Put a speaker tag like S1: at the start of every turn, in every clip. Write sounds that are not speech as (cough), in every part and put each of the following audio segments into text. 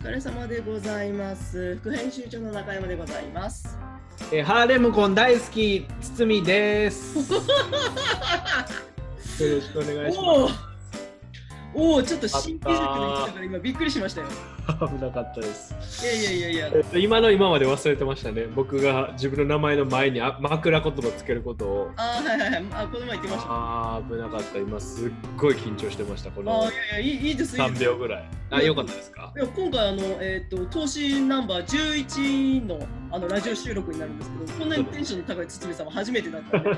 S1: 疲れ様でございます。副編集長の中山でございます。
S2: えーハーレムコン大好き、堤です。 (laughs) よろしくお願いし
S1: おお。おお、ちょっと新規塾で来たから、今びっくりしましたよ。
S2: ます。危なかったです。
S1: いやいやいやいや。
S2: えっと今の今まで忘れてましたね。僕が自分の名前の前にあ枕言葉つけることを。
S1: あーはいはいはい、あ、この前言ってました。あ
S2: あー危なかった。今すっごい緊張してました。こ
S1: あー、い
S2: の
S1: やいや、いい、いいです。いいで
S2: 3
S1: す。
S2: 秒ぐらい。あ、よかったです (laughs) か
S1: いや今回あの、えー、と投資ナンバー11のあのラジオ収録になるんですけどこんなにテンションの高い堤さんは初めてだったん
S2: (laughs)
S1: で、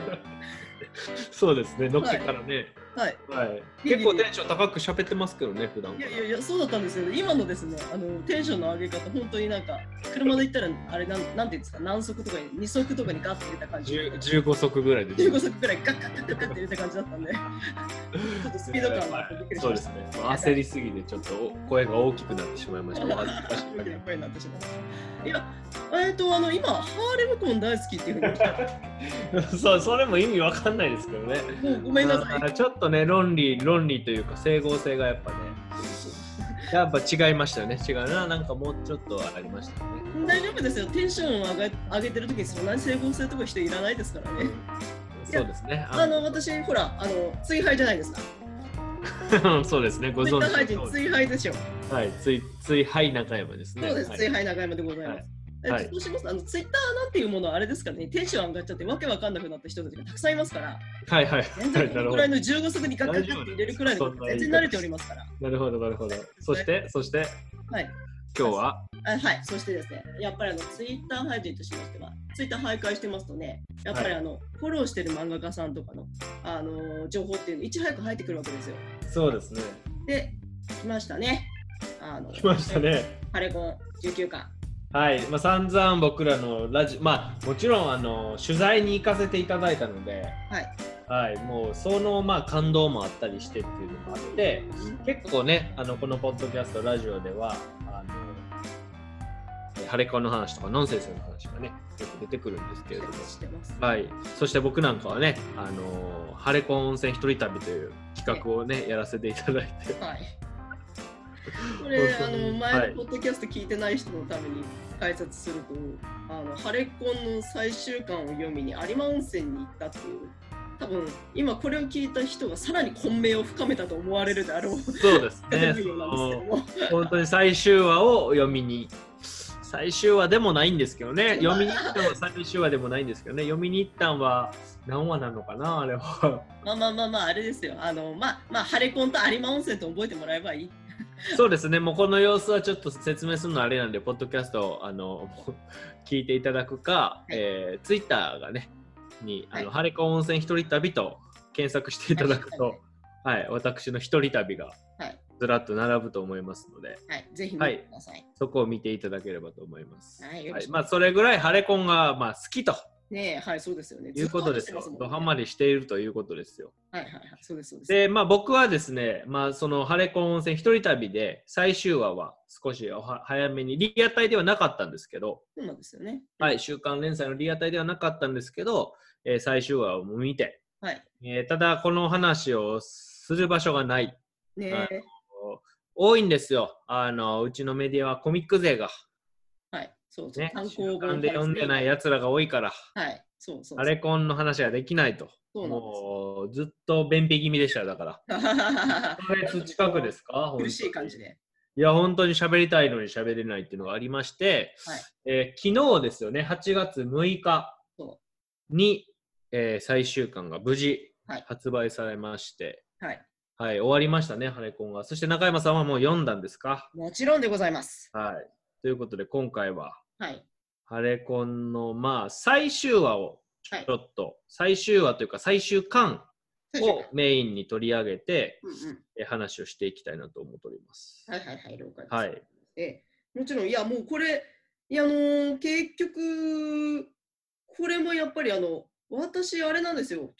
S2: そうですね。乗っけからね。
S1: はい、
S2: はい。結構テンション高く喋ってますけどね、普段
S1: い
S2: か
S1: や
S2: ら
S1: い。やいやそうだったんですけど今のですねあのテンションの上げ方本当になんか車で行ったらあれなんなんていうんですか何速とかに2速とかにガッて入れた感じ
S2: 10 15足ぐらいで。
S1: 15速くらいガッガッガッガッガッって入れた感じだったんでちょっとスピード感があってびっくりし
S2: そう
S1: ま
S2: で
S1: し
S2: す
S1: た。
S2: ね。焦りすぎてちょっと声が大きくなってしまいました。お恥ずかしい
S1: 大きな声になってしまいましたいや、えっ、と、あの、今、ハーレムコン大好きっていうふうに言ったら、
S2: (laughs) そう、それも意味わかんないですけどね。
S1: もうごめんなさい。
S2: あーちょっとね、論理、論理というか、整合性がやっぱね、やっぱ違いましたよね。違うな、なんかもうちょっとありましたよね。
S1: 大丈夫ですよ、テンションを上げ上げてる時にそんなに整合性とか人いらないですからね。
S2: そうですね。
S1: あの、私、ほら、あの、追廃じゃないですか。
S2: の、 (laughs) そうですね。ご
S1: ツイッ
S2: 存
S1: ター配
S2: 知の
S1: 信、
S2: 通り。
S1: 追廃でしょ。
S2: はい、つい、つい、はい、中山ですね。
S1: そうです、
S2: はい
S1: 追廃中山でございます。え
S2: はい
S1: っとそうしますあのツイッターなんていうものはあれですかね、テンション上がっちゃって、わけわかんなくなった人たちがたくさんいますから、
S2: はい、はい、
S1: 全
S2: は
S1: 然
S2: い。 (laughs)
S1: こ
S2: なる
S1: の
S2: ほ
S1: く
S2: ど
S1: らい。の15速にガッガッガッって入れるくらいの
S2: 大丈
S1: こ
S2: 夫
S1: と
S2: です
S1: 全然慣れておりますから。
S2: なるほど、なるほど。そして、そして、
S1: はい、
S2: 今日は。
S1: あはい、そしてですね、やっぱりあのツイッター配信としましては、ツイッター徘徊してますとね、やっぱりあの、フォローしてる漫画家さんとかの、あのー情報っていうの、いち早く入ってくるわけですよ。
S2: そうですね。
S1: で、来ましたね。あの
S2: 来ました。ね。
S1: ハレコン19巻。
S2: はい、まあ、散々僕らのラジまあもちろんあの取材に行かせていただいたので、
S1: はい。
S2: はい、もうそのまあ感動もあったりしてっていうのもあって結構ねあのこのポッドキャストラジオではあのハレコの話とかノンセンスの話がねよく出てくるんですけれども、
S1: 知ってます。
S2: はい、そして僕なんかはねあのハレコ温泉一人旅という企画をねやらせていただいて
S1: はい。これ、あ
S2: 本当に
S1: の、
S2: は
S1: 前
S2: い
S1: のポッドキャスト聞いてない人のために解説すると、あの、ハレコンの最終巻を読みに有馬温泉に行ったっていう、多分、今これを聞いた人がさらに混迷を深めたと思われるであろう。
S2: そうです
S1: (laughs)
S2: ね。
S1: 内容なんですけども
S2: 本当に最終話を読みに最終話でもないんですけどね読みに行ったんは最終話でもないんですけどね読みに行ったんは何話なのかなあれは
S1: まあまあまあまあ、あれですよ。あの、まあ、まあ、ハレコンと有馬温泉と覚えてもらえばいい。
S2: そうですねもうこの様子はちょっと説明するのあれなんでポッドキャストをあの (laughs) 聞いていただくか、
S1: い
S2: えー、ツイッターがねに「あの
S1: はい
S2: ハレコ温泉一人旅」と検索していただくと、はい、私の一人旅が
S1: はい
S2: ずらっと並ぶと思いますので。
S1: はい、ぜひ見てください。
S2: そこを見ていただければと思います。
S1: はいよろしく
S2: まあそれぐらいハレコンがまあ好きと
S1: ねえ、はい、そうですよね。
S2: いうことですよ
S1: ずっ。と
S2: ド
S1: 話してますも
S2: ハマ
S1: んね
S2: りしているということですよ。
S1: はいはいはい、そうです、そうです。
S2: で、まあ僕はですね、まあそのハレコン温泉一人旅で最終話は少しおは早めにリアタイではなかったんですけど、
S1: そうなんですよね。
S2: はい、週刊連載のリアタイではなかったんですけど、えー最終話を見て、
S1: はい。
S2: えーただこの話をする場所がない。
S1: ねえ、
S2: はい多いんですよ。あの、うちのメディアはコミック勢が、
S1: はい、そうそう、
S2: ね、
S1: 単
S2: 週
S1: 行
S2: 刊
S1: 本
S2: で読んでない
S1: や
S2: 奴らが多いから、
S1: はい、そうそうそう。
S2: ハレコンの話ができないと。
S1: そうなんですよ。
S2: もうずっと便秘気味でしたよだから。1ヶ月近くですす
S1: (laughs)
S2: か
S1: 苦しい感じ
S2: で。
S1: で。
S2: いや、本当に喋りたいのに喋れないっていうのがありまして、
S1: はい
S2: えー昨日ですよね、8月6日
S1: そ
S2: に、えー最終巻が無事
S1: はい
S2: 発売されまして、
S1: はい。
S2: はい、終わりましたね、ハレコンが。そして中山さんはもう読んだんですか
S1: もちろんでございます。
S2: はい。ということで、今回は、
S1: はい。
S2: ハレコンの、まあ、最終話を
S1: はい
S2: ちょ。っと、最終話というか最終巻
S1: 最終
S2: を
S1: 回
S2: メインに取り上げて、
S1: うんうん。
S2: えー話をしていきたいなと思っております。
S1: はいはいはい、了解です。
S2: はい。
S1: ええもちろん、いや、もうこれ、いや、あのー結局、これもやっぱり、あの、私、あれなんですよ、友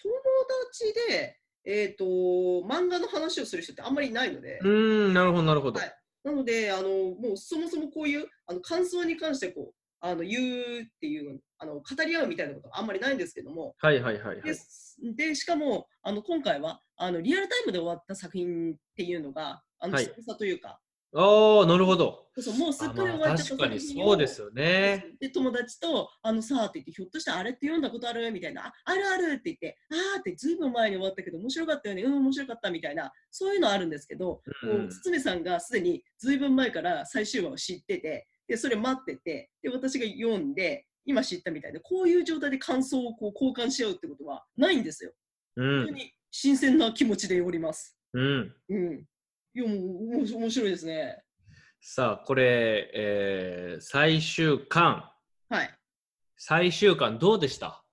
S1: 達で、えっ、と、漫画の話をする人ってあんまりいないので、
S2: うーん、なるほど、なるほど。
S1: はいなので、あのもうそもそもこういうあの感想に関してこうあの言うっていうあの語り合うみたいなことはあんまりないんですけども、
S2: はいはいはいはい。
S1: ですでしかもあの今回はあのリアルタイムで終わった作品っていうのがあの
S2: はい
S1: 久々というか、
S2: ああ、なるほど。
S1: そうそうもうすっ
S2: あ
S1: かり終
S2: ま
S1: わ
S2: あ
S1: っちゃった
S2: 確かに
S1: 作品を
S2: そうですよね。
S1: で友達と「あのさ」って言って「ひょっとしてあれって読んだことある?」みたいな「ああるある」って言って「ああ」ってずいぶん前に終わったけど面白かったよねうん面白かったみたいなそういうのあるんですけど、
S2: う
S1: もうん堤さんがすでにずいぶん前から最終話を知っててでそれ待っててで私が読んで今知ったみたいでこういう状態で感想をこう交換し合うってことはないんですよ。
S2: う
S1: 本当
S2: ん。
S1: に新鮮な気持ちでおります。
S2: うん。
S1: うん。いやもうおもし面白いですね。
S2: さあ、これ、えー最終巻。
S1: はい。
S2: 最終巻どうでした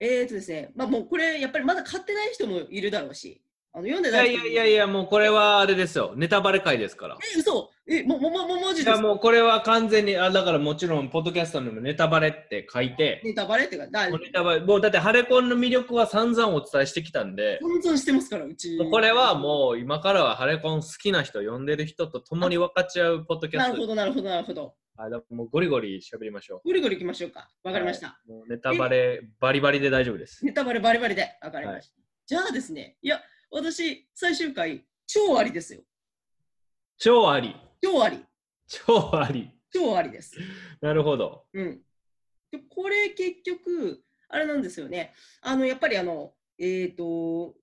S1: えーとですね、まあもうこれやっぱりまだ買ってない人もいるだろうし、あの読んで
S2: い
S1: な
S2: や
S1: い人
S2: いや
S1: も
S2: いやいや、もうこれはあれですよ。ネタバレ会ですから。
S1: え、嘘え、も、も、も、も、マジ
S2: い
S1: で
S2: や
S1: すか
S2: もうこれは完全に、あだからもちろん、ポッドキャストにもネタバレって書いて、
S1: ネタバレっていうか、だ、
S2: もうネタバレ、もうだってハレコンの魅力は散々お伝えしてきたんで、
S1: 存存してますから、うち。
S2: これはもう今からはハレコン好きな人、呼んでる人と共に分かち合うポッドキャ
S1: な
S2: ス
S1: るほ
S2: トで
S1: ど、
S2: す
S1: なるほど、なるほど。
S2: あだもうゴリゴリ喋りましょ
S1: ぐりぐり行きましょうか。
S2: う。
S1: わかりました。
S2: はいもうネタバレバリバリで大丈夫です。
S1: ネタバレバリバリで、わかりました。じゃあですね、いや、私、最終回、超ありですよ。
S2: 超あり。
S1: 超あり。
S2: 超あり。
S1: 超ありです。
S2: なるほど。
S1: うん。でこれ結局、あれなんですよね。あの、やっぱりあの、えっ、と、う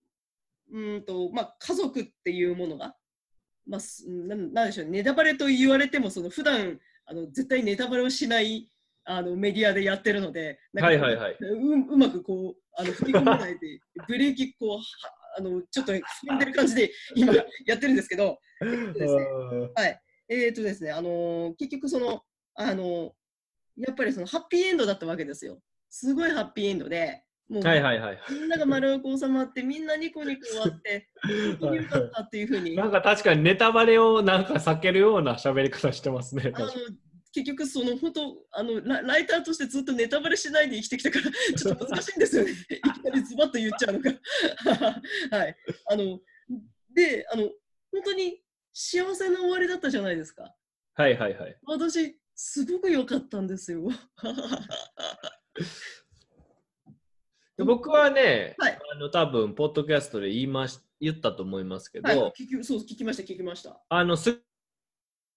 S1: ーんと、まあ、家族っていうものが、まあ、すなんなんでしょうね、ネタバレと言われても、その普段あの絶対ネタバレをしないあのメディアでやってるので、なんか
S2: はいはいはいう
S1: うまくこう、あの振り込まないで、ブレーキこう、はあのちょっと踏んでる感じで今やってるんですけど、ですね
S2: う
S1: えーとですね、あのー結局その、あのーやっぱりそのハッピーエンドだったわけですよ。すごいハッピーエンドで、もう、
S2: んはいはいはい。
S1: みんなが丸く収まって、みんなニコニコ終わ
S2: (laughs)
S1: って、本当によかったっていうふうに、
S2: な
S1: あ
S2: んか確かにネタバレをなんか避けるような喋り方してますね。
S1: の結局その、本当あのラ、ライターとしてずっとネタバレしないで生きてきたから、 (laughs) ちょっと難しいんです
S2: (laughs)
S1: よね。いきなりズバッと言っちゃうのが。 (laughs) はい、あのであの、本当に幸せな終わりだったじゃないですか。
S2: はいはいはい。
S1: 私、すごく良かったんですよ。
S2: で僕はね、
S1: はい
S2: あの多分ポッドキャストで言いまし言ったと思いますけど、
S1: はい、聞きそう聞きました、聞きました。
S2: あのすっ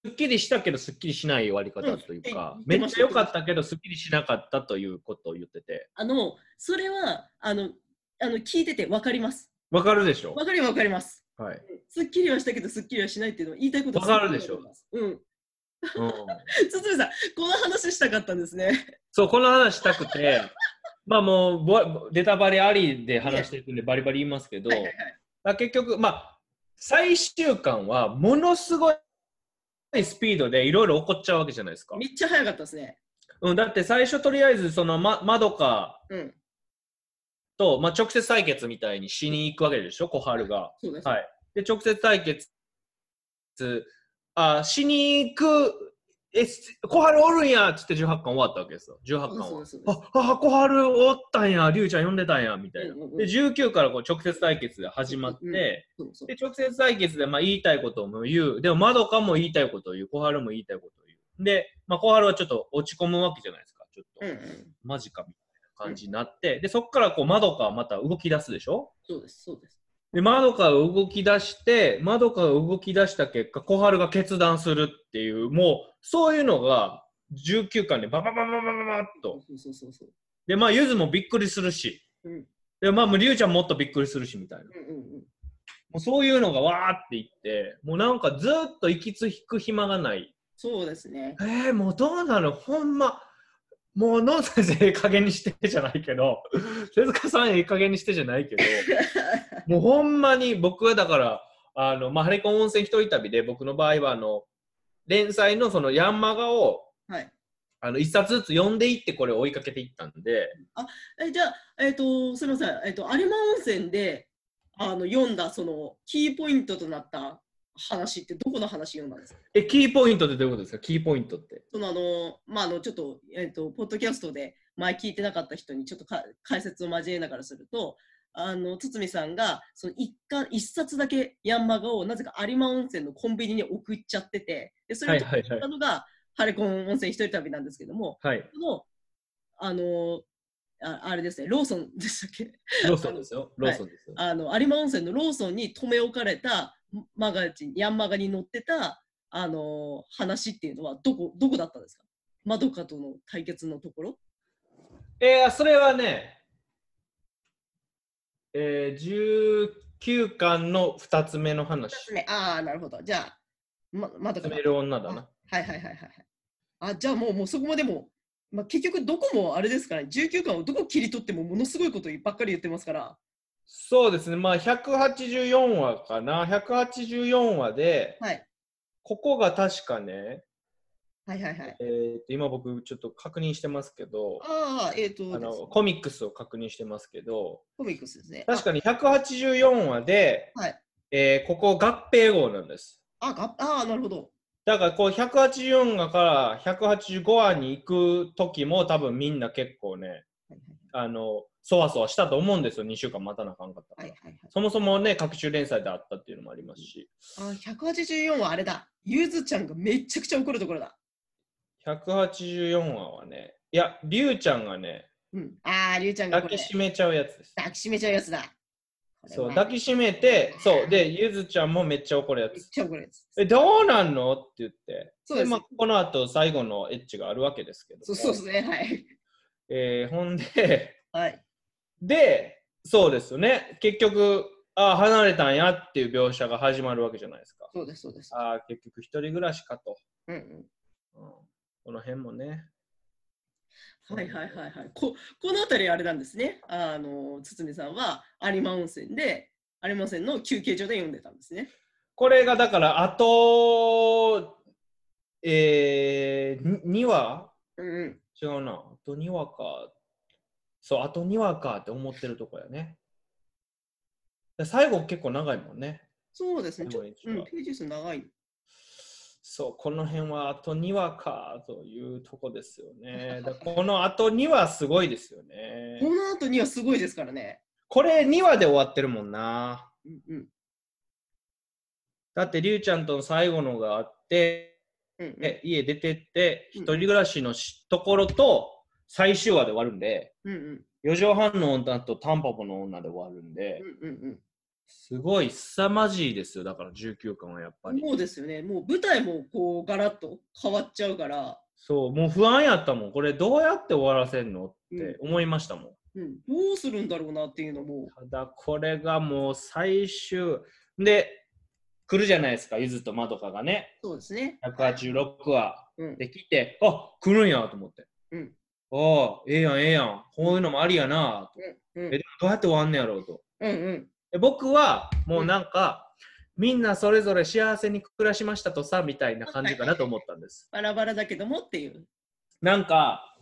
S2: すっきりしたけどすっきりしない終わり方というか、
S1: うん
S2: めっちゃ良かったけどすっきりしなかったということを言ってて、
S1: あの、それは、あの、あの聞いてて分かります。
S2: わかるでしょ
S1: 分かります、分かります。
S2: はい。
S1: すっきりはしたけど、すっきりはしないっていうのを言いたいことは
S2: わかるでしょ
S1: すごくわかります
S2: うん、
S1: うん。堤さん、この話したかったんですね。
S2: そう、この話したくて、 (laughs) まあもうぼ、ネタバレありで話していくんで、バリバリ言いますけど、
S1: はいはいはい。
S2: まあ結局、まあ、最終巻はものすごいスピードでいろいろ起こっちゃうわけじゃないですか
S1: め。っちゃ早かったですね。
S2: うん、だって最初とりあえずその、ま、まどか
S1: うん、
S2: と、まあ、直接対決みたいにしに行くわけでしょ、小春が。
S1: そうです。
S2: はいで、直接対決、あ、しに行く、え、す小春おるんやっつって18巻終わったわけですよ。18巻
S1: そう
S2: は
S1: ですそう。です
S2: あ、あ、小春おったんや、龍ちゃん呼んでたんや、みたいな。
S1: うんうんうん
S2: で、19からこう直接対決で始まって、
S1: うんうんそうそう
S2: で、直接対決でまあ言いたいことも言う。でも、まどかも言いたいことを言う。小春も言いたいことを言う。で、まあ、小春はちょっと落ち込むわけじゃないですか。ちょっと、
S1: うんうん、
S2: マジかみたいな感じになって。で、そっからこう、まどかはまた動き出すでしょ
S1: そうです、そうです。
S2: で、まどかが動き出して、まどかが動き出した結果、小春が決断するっていう、もう、そういうのが、19巻でバババババババッと。
S1: そうそうそうそう。
S2: で、まあ、ゆずもびっくりするし。
S1: うん
S2: で、まあ、もうりゅうちゃんもっとびっくりするし、みたいな。
S1: うんうんうん。
S2: もうそういうのがわーっていって、もうなんかずーっと息つ引く暇がない。
S1: そうですね。
S2: えー、もうどうなのほんま。もう、のん先生、ええ加減にしてじゃないけど、手塚さん、ええ加減にしてじゃな
S1: (laughs)
S2: いけど、もうほんまに僕はだから、あの、まあ、ハレコン温泉一人旅で、僕の場合は、あの、連載のそのヤンマガを、
S1: はい。
S2: あの、一冊ずつ読んでいって、これを追いかけていったんで、
S1: えじゃあ、えっとすみません、えっと有馬温泉であの読んだそのキーポイントとなった話ってどこの話読んだんですか
S2: え、キーポイントってどういうことですかキーポイントって。
S1: そのあの、まあ、あのちょっと,、えっとポッドキャストで前聞いてなかった人にちょっとか解説を交えながらするとあの堤さんがその一巻一冊だけヤンマガをなぜか有馬温泉のコンビニに送っちゃっててでそ
S2: は
S1: れを
S2: い
S1: 取
S2: はいは
S1: った
S2: い。
S1: のがハレコン温泉一人旅なんですけども
S2: はい。
S1: そのあのああれですねローソンでしたっけ
S2: ローソンですよ。ローソンですよ。
S1: あの有馬温泉のローソンに留め置かれたマガジンヤンマガに載ってたあの話っていうのはどこどこだったんですかまどかとの対決のところ
S2: えー、それはね、えー、19巻の2つ目の話。
S1: ああなるほどじゃあままどか
S2: 進
S1: だ
S2: める女だな。
S1: はいはいはいはいはいあじゃあもうもうそこまでも、まあ、結局どこもあれですから、ね、19巻をどこ切り取ってもものすごいことばっかり言ってますから
S2: そうですね、まあ184話かな。184話で、
S1: はい
S2: ここが確かね、
S1: はいはいはい
S2: えー、今僕ちょっと確認してますけど、
S1: ああえっ、と
S2: あのコミックスを確認してますけど、
S1: コミックスですね
S2: 確かに184話で、
S1: はい
S2: えーここ合併号なんです。
S1: あがああなるほど
S2: だからこう184話から185話に行く時も多分みんな結構ね、
S1: はい
S2: あの、そわそわしたと思うんですよ、2週間待たなあかんかったか
S1: は
S2: ら。
S1: いはいはい
S2: そもそもね、各種連載であったっていうのもありますし、
S1: あ184はあれだ。ゆずちゃんがめちゃくちゃ怒るところだ。
S2: 184話はね、いや、りゅうちゃんがね、
S1: うん。ああ、りゅうちゃんがこ
S2: 抱き
S1: れ
S2: しめちゃうやつです。
S1: 抱きしめちゃうやつだ。
S2: そう、
S1: だ
S2: 抱きしめて、そう、で、ゆずちゃんもめっちゃ怒るや
S1: めっ
S2: つ。
S1: ちゃ怒るやつ。
S2: え、どうなんのって言って、
S1: そうです
S2: まあ、この後最後のエッチがあるわけですけども。
S1: そうそうですね。はい。
S2: えーほんで、
S1: はい。
S2: で、そうですよね。結局、ああ、離れたんやっていう描写が始まるわけじゃないですか。
S1: そうです、そうです。
S2: ああ、結局一人暮らしかと。
S1: うんう
S2: うん、この辺もね。
S1: ん。はいはいはいはい。ここのあたりあれなんですね。あの、堤さんは有馬温泉で、有馬温泉の休憩所で読んでたんですね。
S2: これがだから、あと、えー、に2話
S1: うんうん。
S2: 違うな。あと2話か。そう、あと2話かって思ってるとこやね。で最後結構長いもんね。
S1: そうですね。ち
S2: 最
S1: ょ
S2: 後
S1: っ
S2: に一
S1: と、う
S2: 話
S1: ん、ページ数長い。
S2: そう、この辺はあと2話かというとこですよね。だこのあと2話すごいですよね
S1: こ。の後にはすごいですからね。
S2: これ2話で終わってるもんな。
S1: うんうん。
S2: だって、りゅうちゃんとの最後のがあって、
S1: うんうん
S2: え家出てって、
S1: うん
S2: 一人暮らしのしところと最終話で終わるんで、
S1: うんうん
S2: 4畳半の女とタンポポの女で終わるんで、
S1: うんうんうん。
S2: すごい凄まじいですよ、だから19巻はやっぱり。
S1: そうですよね。もう舞台もこうガラッと変わっちゃうから、
S2: そう、もう不安やったもん。これどうやって終わらせんのって思いましたも
S1: う
S2: ん。
S1: ん、どうするんだろうなっていうのも、
S2: ただこれがもう最終で来るじゃないですかゆずとまどかがね
S1: そうですね。
S2: 186話
S1: うん、
S2: で来てあ来るんやと思って、
S1: うん
S2: ああええやんええやんこういうのもありやなと
S1: うん
S2: えでもどうやって終わんねやろうと
S1: うんうん
S2: で僕はもうなんか、みんなそれぞれ幸せに暮らしましたとさみたいな感じかなと思ったんです
S1: バラバラだけどもっていう。
S2: なんか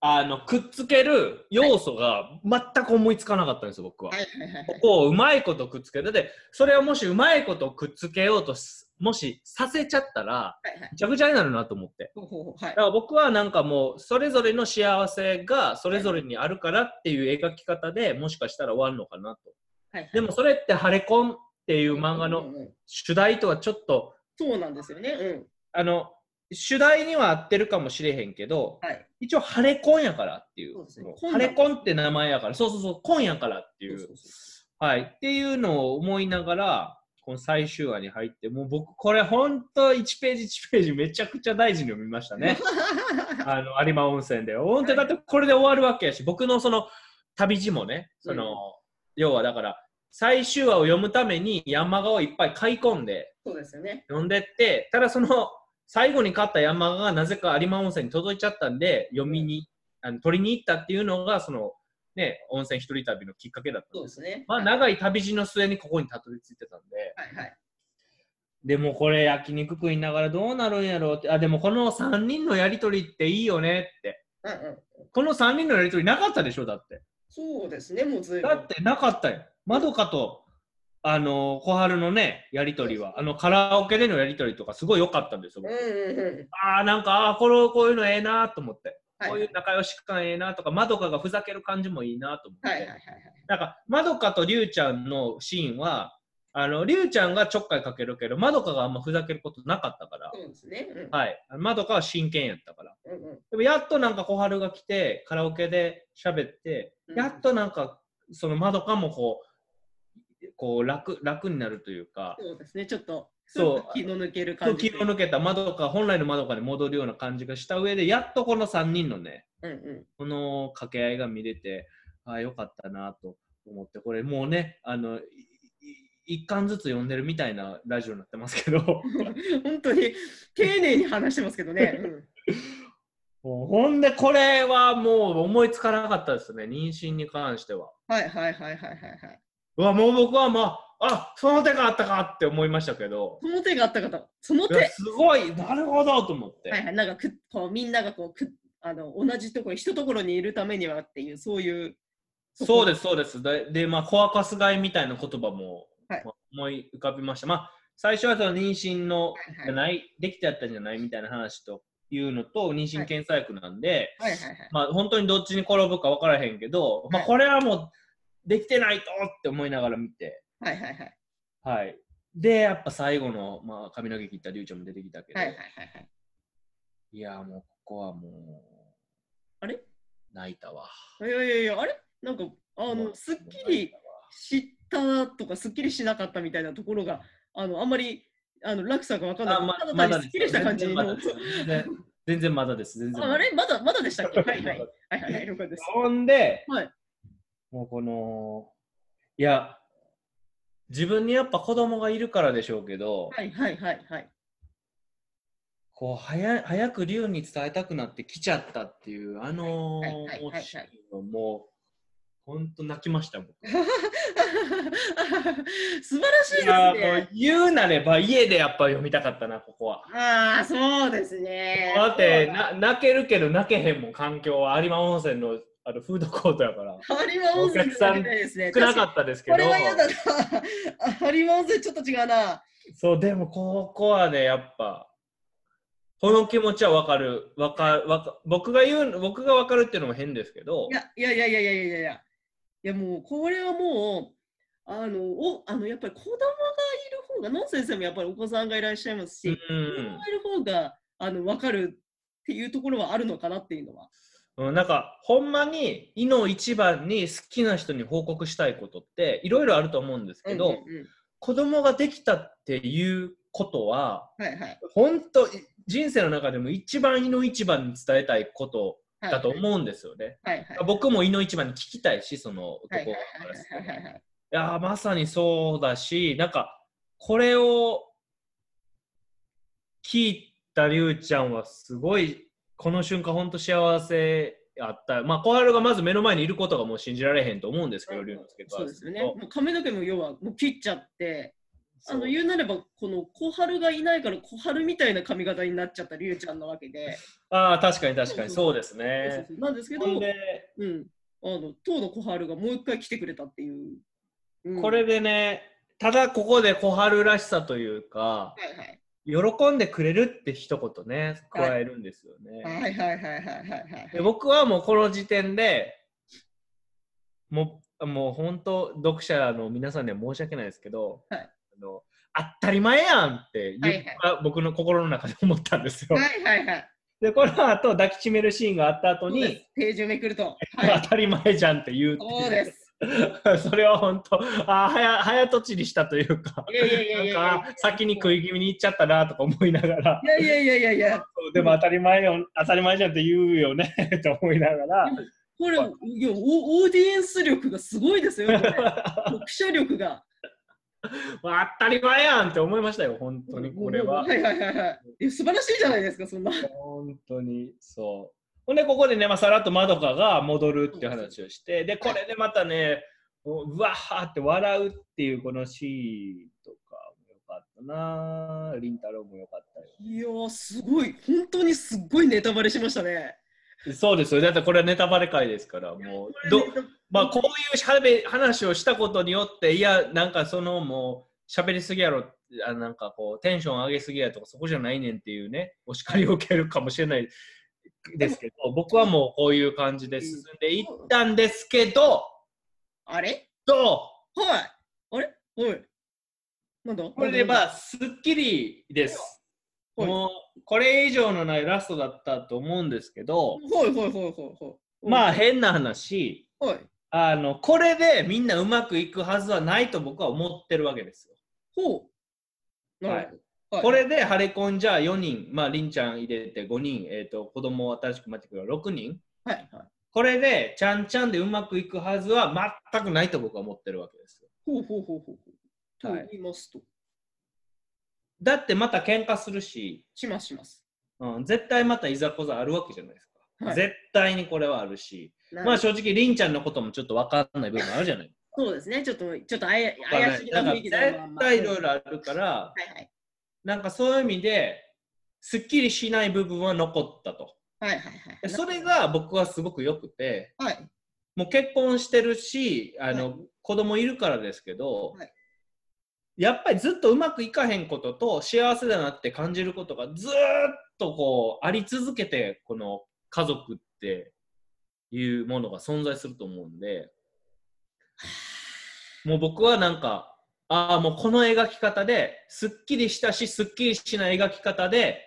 S2: あのくっつける要素が全く思いつかなかったんですよ僕は、
S1: はいはいはいは
S2: こ
S1: い。
S2: こをうまいことくっつける。だって、それをもしうまいことくっつけようとすもしさせちゃったら、
S1: はいはい。
S2: ぐちゃぐちゃになるなと思って。
S1: ほうほうほうはい
S2: だか。ら僕はなんかもう、それぞれの幸せがそれぞれにあるからっていう描き方でもしかしたら終わるのかなと。
S1: はいはい
S2: でもそれって、ハレコンっていう漫画
S1: うん
S2: の
S1: うんうん
S2: 主題とはちょっと、
S1: そうなんですよね。うん。
S2: あの、主題には合ってるかもしれへんけど、
S1: はい。
S2: 一応ハレコンやからってい
S1: そう
S2: う
S1: ですね。
S2: ハレコンって名前やから、そうそうそう、コンやからっていう。
S1: そうそうそ
S2: はい。っていうのを思いながら、この最終話に入って、もう僕、これ本当1ページ1ページめちゃくちゃ大事に読みました
S1: う
S2: ね。あの、有馬温泉で。本当だってこれで終わるわけやし、僕のその旅路もね、その、
S1: うん
S2: 要はだから、最終話を読むために山川をいっぱい買い込んで
S1: (laughs) そうですよね。
S2: 読んでって、ただその最後に買った山川がなぜか有馬温泉に届いちゃったんで、読みに、あの取りに行ったっていうのが、その、ね、温泉一人旅のきっかけだったん
S1: そう
S2: で
S1: ですすね。
S2: まあ、
S1: はい
S2: 長い旅路の末にここにたどり着いてたんで、
S1: はい。
S2: でもこれ焼肉食いながらどうなるんやろうって、あ、でもこの3人のやりとりっていいよねって。
S1: うんうん。
S2: この3人のやりとりなかったでしょだって。
S1: そうですね。もうずいぶん
S2: だってなかったよ。まどかと、あの、小春のね、やりとりは、あの、カラオケでのやりとりとかすごい良かったんですよ。
S1: うん
S2: 僕
S1: うんうん。
S2: ああ、なんか、ああ、これ、こういうのええなと思って。
S1: はい
S2: こ
S1: は
S2: う
S1: い
S2: いう仲良し感ええなとか、まどかがふざける感じもいいなと思って。
S1: はいはいはい。
S2: なんか、まどかとりゅうちゃんのシーンは、あの、りゅうちゃんがちょっかいかけるけど、まどかがあんまふざけることなかったから、
S1: そうですね。うん
S2: はい。まどかは真剣やったから。
S1: うんうん。
S2: でも、やっとなんか小春が来て、カラオケで喋って、
S1: うん
S2: やっとなんか、そのまどかもこう、こう楽、楽になるというか、
S1: そうですね。ちょっと
S2: そう
S1: 気の抜ける感じ
S2: 時を抜けた窓か本来の窓かに戻るような感じがした上でやっとこの3人のね
S1: うんう
S2: この掛け合いが見れてああよかったなと思ってこれもうねあのいい一巻ずつ読んでるみたいなラジオになってますけど
S1: (laughs)
S2: も
S1: ん、本当に丁寧に話してますけどね、うん
S2: うほんでこれはもう思いつかなかったですね妊娠に関しては
S1: はいはいはいはいはいはい。
S2: うわもう僕はもうあその手があったかって思いましたけど
S1: その手があった方、その手、
S2: い
S1: は
S2: やすごいなるほどと思って、
S1: いはい、なんかくこうみんながこうくあの同じところ、一ところにいるためにはっていう、そういう、
S2: そう
S1: で
S2: です、そうです。で、でまあ、コアカス買いみたいな言葉も、
S1: はい
S2: まあ思い浮かびました。まあ、最初はその妊娠の、
S1: す
S2: じ
S1: は
S2: ゃ
S1: い
S2: ない、できてやったんじゃないみたいな話というのと、
S1: は
S2: 妊娠
S1: い
S2: 検査薬なんで、
S1: はいはいはい。
S2: まあ、本当にどっちに転ぶか分からへんけど、まあ、
S1: はい
S2: これはもう、できてないとって思いながら見て、
S1: はいはいはい。
S2: はい。で、やっぱ最後の、まあ、髪の毛切ったりゅうちゃんも出てきたけど、
S1: はいはいはいはい。
S2: いや、もう、ここはもう、
S1: あれ
S2: 泣いたわ。
S1: いやいやいや、あれなんか、あ
S2: も
S1: の、
S2: う
S1: すっき
S2: 泣い
S1: り
S2: たわ
S1: 知ったとか、すっきりしなかったみたいなところが、あの、あんまり、あの、落差が分かんない。
S2: あま
S1: ただ
S2: ま
S1: 単
S2: だ
S1: に
S2: です
S1: っきりした感じの。
S2: 全然まだです全然全然まだです。全然
S1: あ
S2: ま
S1: あ
S2: だです
S1: れまだ、まだでしたっけはいはい。
S2: ま
S1: は
S2: だ
S1: いはいはい、了解です。
S2: ほんで、
S1: はい
S2: もうこの、いや、自分にやっぱ子供がいるからでしょうけど、
S1: はいはいはいはい。
S2: こう早早く龍に伝えたくなって来ちゃったっていう、あの
S1: はいはいはいはい
S2: シーンはもう、本当泣きましたもん。
S1: (laughs) 素晴らしいです
S2: いやもう
S1: ね。
S2: 言うなれば家でやっぱ読みたかったな、ここは。
S1: ああ、そうですね。
S2: だって
S1: そうだ
S2: な泣けるけど泣けへんもん環境は有馬温泉のあのフードコートやから
S1: 有馬温泉じゃないですね。
S2: 少なかったですけ
S1: こ
S2: ど
S1: れは嫌だな。あ有馬温泉ちょっと違うな。
S2: そうでもここはねやっぱこの気持ちはわかるわかわか僕が言う僕がわかるっていうのも変ですけど
S1: いやいやいやいやいやいやいやいやもうこれはもうあのおあのやっぱり子供がいる方がノン先生もやっぱりお子さんがいらっしゃいますし、
S2: う
S1: 子供がいる方があの分かるっていうところはあるのかなっていうのは。
S2: ん、うん、なんかほんまに「いの一番に好きな人に報告したいことっていろいろあると思うんですけど、
S1: うんうんうん
S2: 子供ができたっていうことは
S1: はいはい。
S2: 本当人生の中でも一番いの一番に伝えたいこと
S1: はい
S2: だと思うんですよね。
S1: はいはい。
S2: 僕もいの一番に聞きたいしその男
S1: はいはい
S2: からする
S1: はい
S2: と
S1: はいはいいはい。
S2: やーまさにそうだしなんかこれを聞いたりゅうちゃんはすごいこの瞬間ほんと幸せあったまあ小春がまず目の前にいることがもう信じられへんと思うんですけど龍之介か
S1: そう
S2: ら
S1: ですすよ
S2: る
S1: ね。も
S2: と
S1: う髪の毛も要はもう切っちゃって、あ
S2: そう
S1: の言うなればこの小春がいないから小春みたいな髪型になっちゃったりゅうちゃんなわけで、
S2: ああ確かに確かに
S1: そ
S2: そうです
S1: そう
S2: ね
S1: そうそうなんですけど、
S2: ほんで
S1: うん、あの当の小春がもう一回来てくれたっていう、うん
S2: これでねただここで小春らしさというか
S1: はいはい
S2: 喜んでくれるって一言ね加えるんですよね。
S1: はいはいはいはいはいはい
S2: で僕はもうこの時点でもうもう本当読者の皆さんには申し訳ないですけど、
S1: はい
S2: あの当たり前やんって言う
S1: はい
S2: 僕の心の中で思ったんですよ。
S1: はいはいはい
S2: でこの後抱きしめるシーンがあった後
S1: そうで
S2: に
S1: すページをめくるとはい
S2: 当たり前じゃんって言うっていう
S1: そうです
S2: それは本当あー早早とちりしたというか
S1: いやいやいや
S2: (laughs) ないん
S1: や
S2: かあー先に食い気味に行っちゃったなとか思いながら
S1: いやいやいやいやいや
S2: そうでも当たり前よ当たり前じゃんって言うよね (laughs) と思いながら。
S1: これいやオオーディエンス力がすごいですよこれ
S2: (laughs)
S1: 読者力が
S2: まあ当たり前やんって思いましたよ、本当にこれは
S1: は。いはいはいはいいや素晴らしいじゃないですかそんな
S2: 本当にそう。ほんで、ここでね、まあ、さらっとまどかが戻るっていう話をして、で、これでまたね、うわーって笑うっていうこのシーンとかもよかったなぁ、りんたろーもよかったよ。
S1: いやーすごい本当にすっごいネタバレしましたね
S2: そうですよ、だってこれはネタバレ会ですから、もう、どまあ、こういうしゃべ話をしたことによって、いや、なんかそのもう、喋りすぎやろ、あなんかこう、テンション上げすぎやとか、そこじゃないねんっていうね、お叱りを受けるかもしれない (laughs) ですけど、僕はもうこういう感じで進んでいったんですけど、
S1: あれ
S2: と、
S1: はい。あれおい。なんだ
S2: これで
S1: なんだ
S2: まあ、すっきりです。
S1: はい
S2: もう、これ以上のないラストだったと思うんですけど、
S1: はいはいはいはいはい。
S2: まあ、
S1: あ、
S2: 変な話、
S1: はい。
S2: あの、これでみんなうまくいくはずはないと僕は思ってるわけですよ。
S1: ほう。なるほど。はい
S2: これでハレコンじゃあ4人、まあ、りんちゃん入れて5人、えー、と子供を新しく待ってくる6人、
S1: はいはい。
S2: これでちゃんちゃんでうまくいくはずは全くないと僕は思ってるわけですよ。
S1: ほうほうほうほうほう。
S2: はい
S1: と言いますと、
S2: だってまた喧嘩するし、
S1: しますします。
S2: うん、絶対またいざこざあるわけじゃないですか。
S1: はい
S2: 絶対にこれはあるし、ま
S1: ま
S2: あ正直りんちゃんのこともちょっと分かんない部分あるじゃない。
S1: そうですね。ちょっと、ちょっとあや
S2: わか
S1: 怪
S2: んな
S1: し
S2: い
S1: げ
S2: だ
S1: な
S2: から
S1: 雰囲気だな
S2: 絶対いろいろ
S1: は
S2: あるから、
S1: いはい。
S2: なんかそういう意味で、すっきりしない部分は残ったと。
S1: はいはいはいはい。
S2: それが僕はすごく良くて、
S1: はい。
S2: もう結婚してるし、あの、
S1: は
S2: 子供いるからですけど、
S1: はい
S2: やっぱりずっとうまくいかへんことと幸せだなって感じることがずーっとこうあり続けて、この家族っていうものが存在すると思うんで、もう僕はなんか、ああ、もうこの描き方ですっきりしたし、すっきりしない描き方で、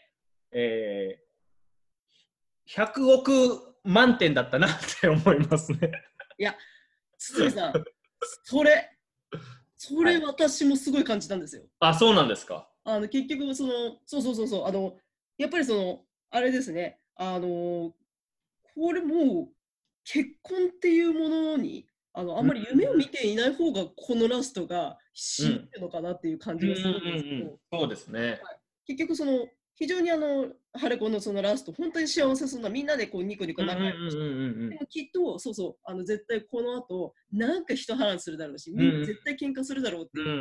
S2: えー、100億満点だったなって思いますね。
S1: 堤さん、それ、それ私もすごい感じたんですよ。
S2: あ、そうなんですか。
S1: あの結局その、そうそうそうそう、あのやっぱりその、あれですね、あのこれもう、結婚っていうものに、あのあんまり夢を見ていない方が、このラストが死ぬのかなっていう感じがするんですけど、
S2: そうですね。
S1: 結局その、非常にあの、ハレコンのそのラスト、本当に幸せそうな、みんなでこうニコニコ
S2: うんうん
S1: 仲良くして
S2: うんうん
S1: でもきっと、そうそう、あの絶対この後、なんか人波乱するだろうし、
S2: んうん
S1: みんな絶対喧嘩するだろうって、
S2: うんうんう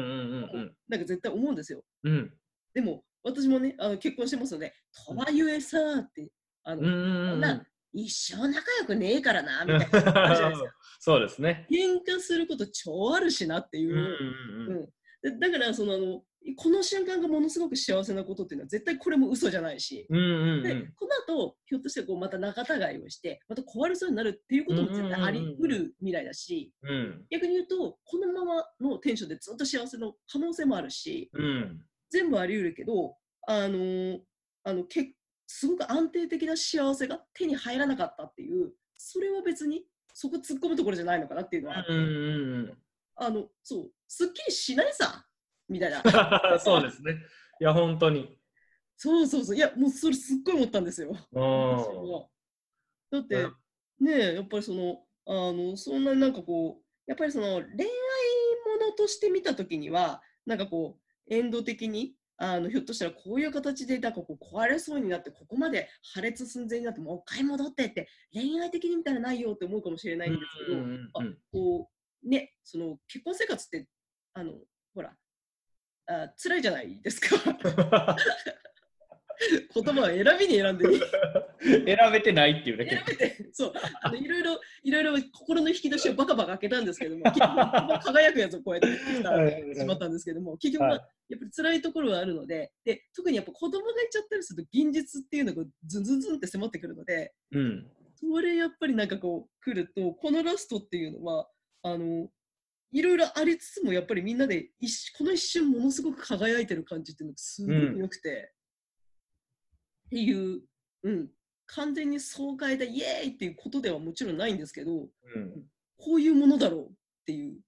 S2: ん
S1: なんか絶対思うんですよ。
S2: うんうん
S1: でも、私もね、あの結婚してますので、とはゆえさーって、あ
S2: うんう
S1: の、
S2: んうんうん
S1: 一生仲良くねえからな、みたいな。あるじゃないですか
S2: そうですね。
S1: 喧嘩すること超あるしなってい
S2: うんうん
S1: う。
S2: うん
S1: でだから、その、あの、この瞬間がものすごく幸せなことっていうのは、絶対これも嘘じゃないし。
S2: うんうんう
S1: で
S2: ん、
S1: この後、ひょっとしてこうまた仲違いをして、また壊れそうになるっていうことも絶対あり得る未来だし、
S2: うん
S1: 逆に言うとこのままのテンションでずっと幸せの可能性もあるし
S2: うん
S1: 全部あり得るけどあのーあのけすごく安定的な幸せが手に入らなかったっていうそれは別にそこ突っ込むところじゃないのかなっていうのは、
S2: うんうん
S1: あのそうすっきりしないさみたいな
S2: うんそうですね。いや、本当に。
S1: そうそうそういやもうそれすっごい思ったんですよ。
S2: う
S1: 私
S2: ん
S1: はだって、
S2: うん
S1: ねえやっぱりそのあのそんなになんかこうやっぱりその恋愛ものとして見た時にはなんかこうエンド的にあのひょっとしたらこういう形でなんかこう壊れそうになってここまで破裂寸前になってもう一回戻ってって恋愛的に見たらないよって思うかもしれないんですけど、
S2: うんうんうん
S1: こうねその結婚生活ってあのほらあ辛いじゃないです
S2: (laughs)
S1: か言葉を選びに選んでいい
S2: 選べてないっていうね。
S1: 選
S2: 結構
S1: べて、そう、あのいろいろ、いろいろ心の引き出しをバカバカ開けたんですけども、結局輝くやつをこうやってきたしまったんですけども、結局、まあ
S2: はい
S1: やっぱり辛いところはあるので、で、特にやっぱ子供がいちゃったりすると、現実っていうのがズンズンズンって迫ってくるので、
S2: うん
S1: それやっぱりなんかこう、来ると、このラストっていうのは、あの、いろいろありつつも、やっぱりみんなで一瞬、この一瞬、ものすごく輝いてる感じっていうのがすごく良くて、っていう、うん、完全に爽快だ、イエーイっていうことではもちろんないんですけど、
S2: うん
S1: こういうものだろうっていう、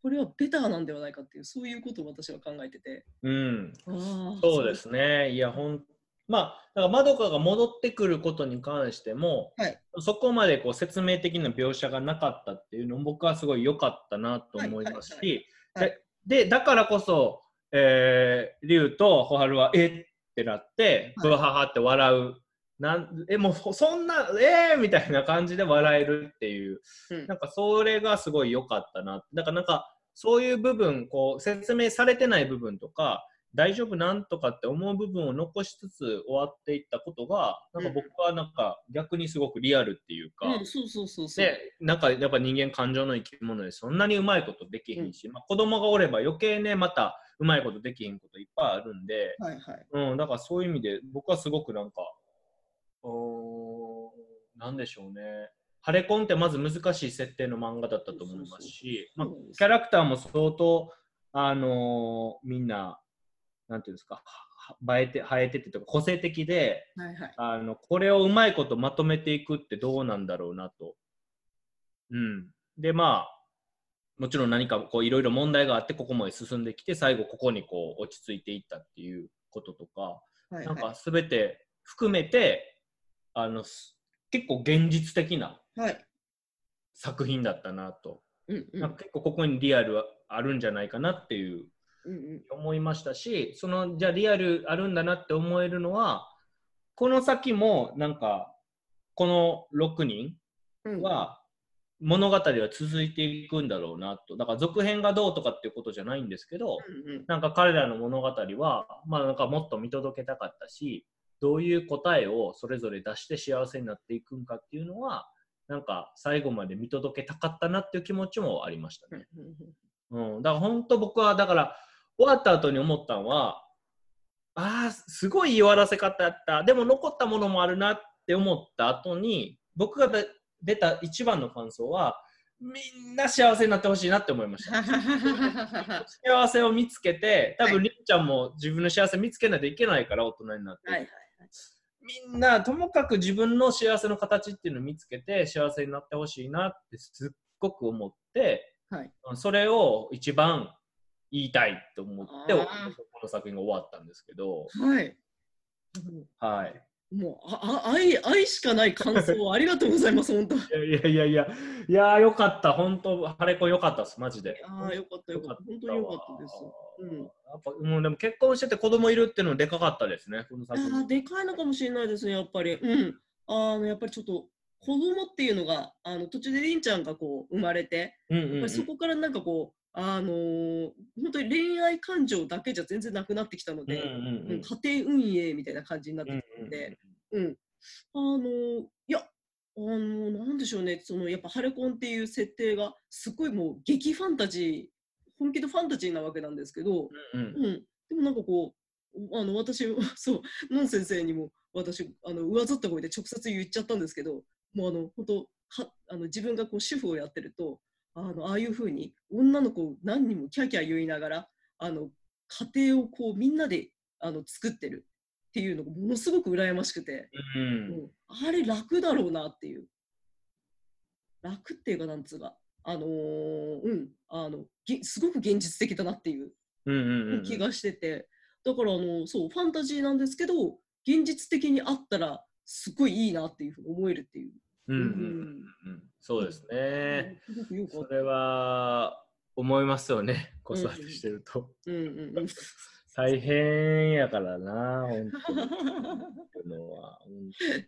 S1: これはベターなんではないかっていう、そういうことを私は考えてて。
S2: うん
S1: ああ
S2: そうで。すね。いや、ほん、まあ、だから、まどかが戻ってくることに関しても、
S1: はい
S2: そこまでこう説明的な描写がなかったっていうのも、僕はすごい良かったなと思います
S1: はい
S2: し、
S1: はいはい
S2: でで、だからこそ、えー、リュウと小春は、えってなって、
S1: は
S2: ブ
S1: い
S2: ハハって笑う。なんえもうそそんなえー、みたいな感じで笑えるっていう
S1: うん
S2: なんかそれがすごい良かったなだからなんかそういう部分こう説明されてない部分とか大丈夫なんとかって思う部分を残しつつ終わっていったことがなんか僕はなんか逆にすごくリアルっていうか、
S1: うん、そうそうそうそう。
S2: でなんかやっぱ人間感情の生き物でそんなにうまいことできひんし、まあ、子供がおれば余計ねまたうまいことできひんこといっぱいあるんで、
S1: はいはい。
S2: うん、だからそういう意味で僕はすごくなんかうーんなんでしょうねハレコンってまず難しい設定の漫画だったと思いますしまあ
S1: そうなんです
S2: キャラクターも相当あのーみんななんていうんですかはは映えて生えててとか個性的で
S1: はいはい。
S2: あのこれをうまいことまとめていくってどうなんだろうなと。うん、でまあもちろん何かこういろいろ問題があってここまで進んできて最後ここにこう落ち着いていったっていうこととか、
S1: はい
S2: なんか全て含めてあのす結構現実的な
S1: はい。
S2: 作品だったなと、
S1: うんうん
S2: なんか結構ここにリアルはあるんじゃないかなっていう
S1: うんうん
S2: 思いましたしそのじゃあリアルあるんだなって思えるのはこの先もなんかこの6人
S1: うん
S2: は物語は続いていくんだろうなとだから続編がどうとかっていうことじゃないんですけど
S1: うんうん
S2: なんか彼らの物語はまあなんかもっと見届けたかったしどういう答えをそれぞれ出して幸せになっていくんかっていうのはなんか最後まで見届けたかったなっていう気持ちもありましたね。
S1: うんうん
S2: うん、だから本当僕はだから終わった後に思ったのはああすごい終わらせ方だったでも残ったものもあるなって思った後に僕が出出た一番の感想はみんな幸せになってほしいなって思いました
S1: (laughs) は
S2: 幸せを見つけて多
S1: は
S2: 分りんちゃんも自分の幸せ見つけないといけないから大人になって、
S1: いはい。
S2: みんなともかく自分の幸せの形っていうのを見つけて幸せになってほしいなってすっごく思って、
S1: はい
S2: それを一番言いたいと思って
S1: あ
S2: こ
S1: ー
S2: の作品が終わったんですけど、
S1: はい。
S2: はい、
S1: もうああ愛愛しかない感想をありがとうございます、本当。
S2: いやいやいやいやいやよかった本当晴れ子よかったですマジで。
S1: ああ、よかったよかった。本当によかったです。うん
S2: やっぱもうでも結婚してて子供いるっていうのでかかったですねこの作
S1: ああ
S2: 品。
S1: でかいのかもしれないですね、やっぱり。うん。あのやっぱりちょっと子供っていうのがあの途中でりんちゃんがこう生まれて、
S2: うんうん
S1: やっ
S2: う
S1: ぱ
S2: ん
S1: りそこからなんかこう、あのー本当に恋愛感情だけじゃ全然なくなってきたの
S2: うん
S1: で、
S2: うんうん
S1: うん家庭運営みたいな感じになってきたので、うんあのーいや、あのーなんでしょうね、そのやっぱハレコンっていう設定がすごいもう激ファンタジー、本気のファンタジーなわけなんですけど、
S2: うんうん
S1: うん、でもなんかこうあの私 (laughs) そうノン先生にも私あの上ずった声で直接言っちゃったんですけどもうあの本当はあの自分がこう主婦をやってるとあのああいうふうに女の子を何人もキャーキャー言いながらあの家庭をこうみんなであの作ってるっていうのがものすごく羨ましくて、
S2: うん
S1: うんあれ楽だろうなっていう楽っていうかなんつうかあのーうんあのげすごく現実的だなっていう
S2: うんうんうん
S1: 気がしてて、だからあのそうファンタジーなんですけど現実的にあったらすごいいいなっていうふうに思えるっていう、
S2: うんうんうんうんそうですね。
S1: すごくよか
S2: そ
S1: った
S2: れは思いますよね、子育てしてると。
S1: うんうんうん
S2: 大変やからな、本当に。いうのは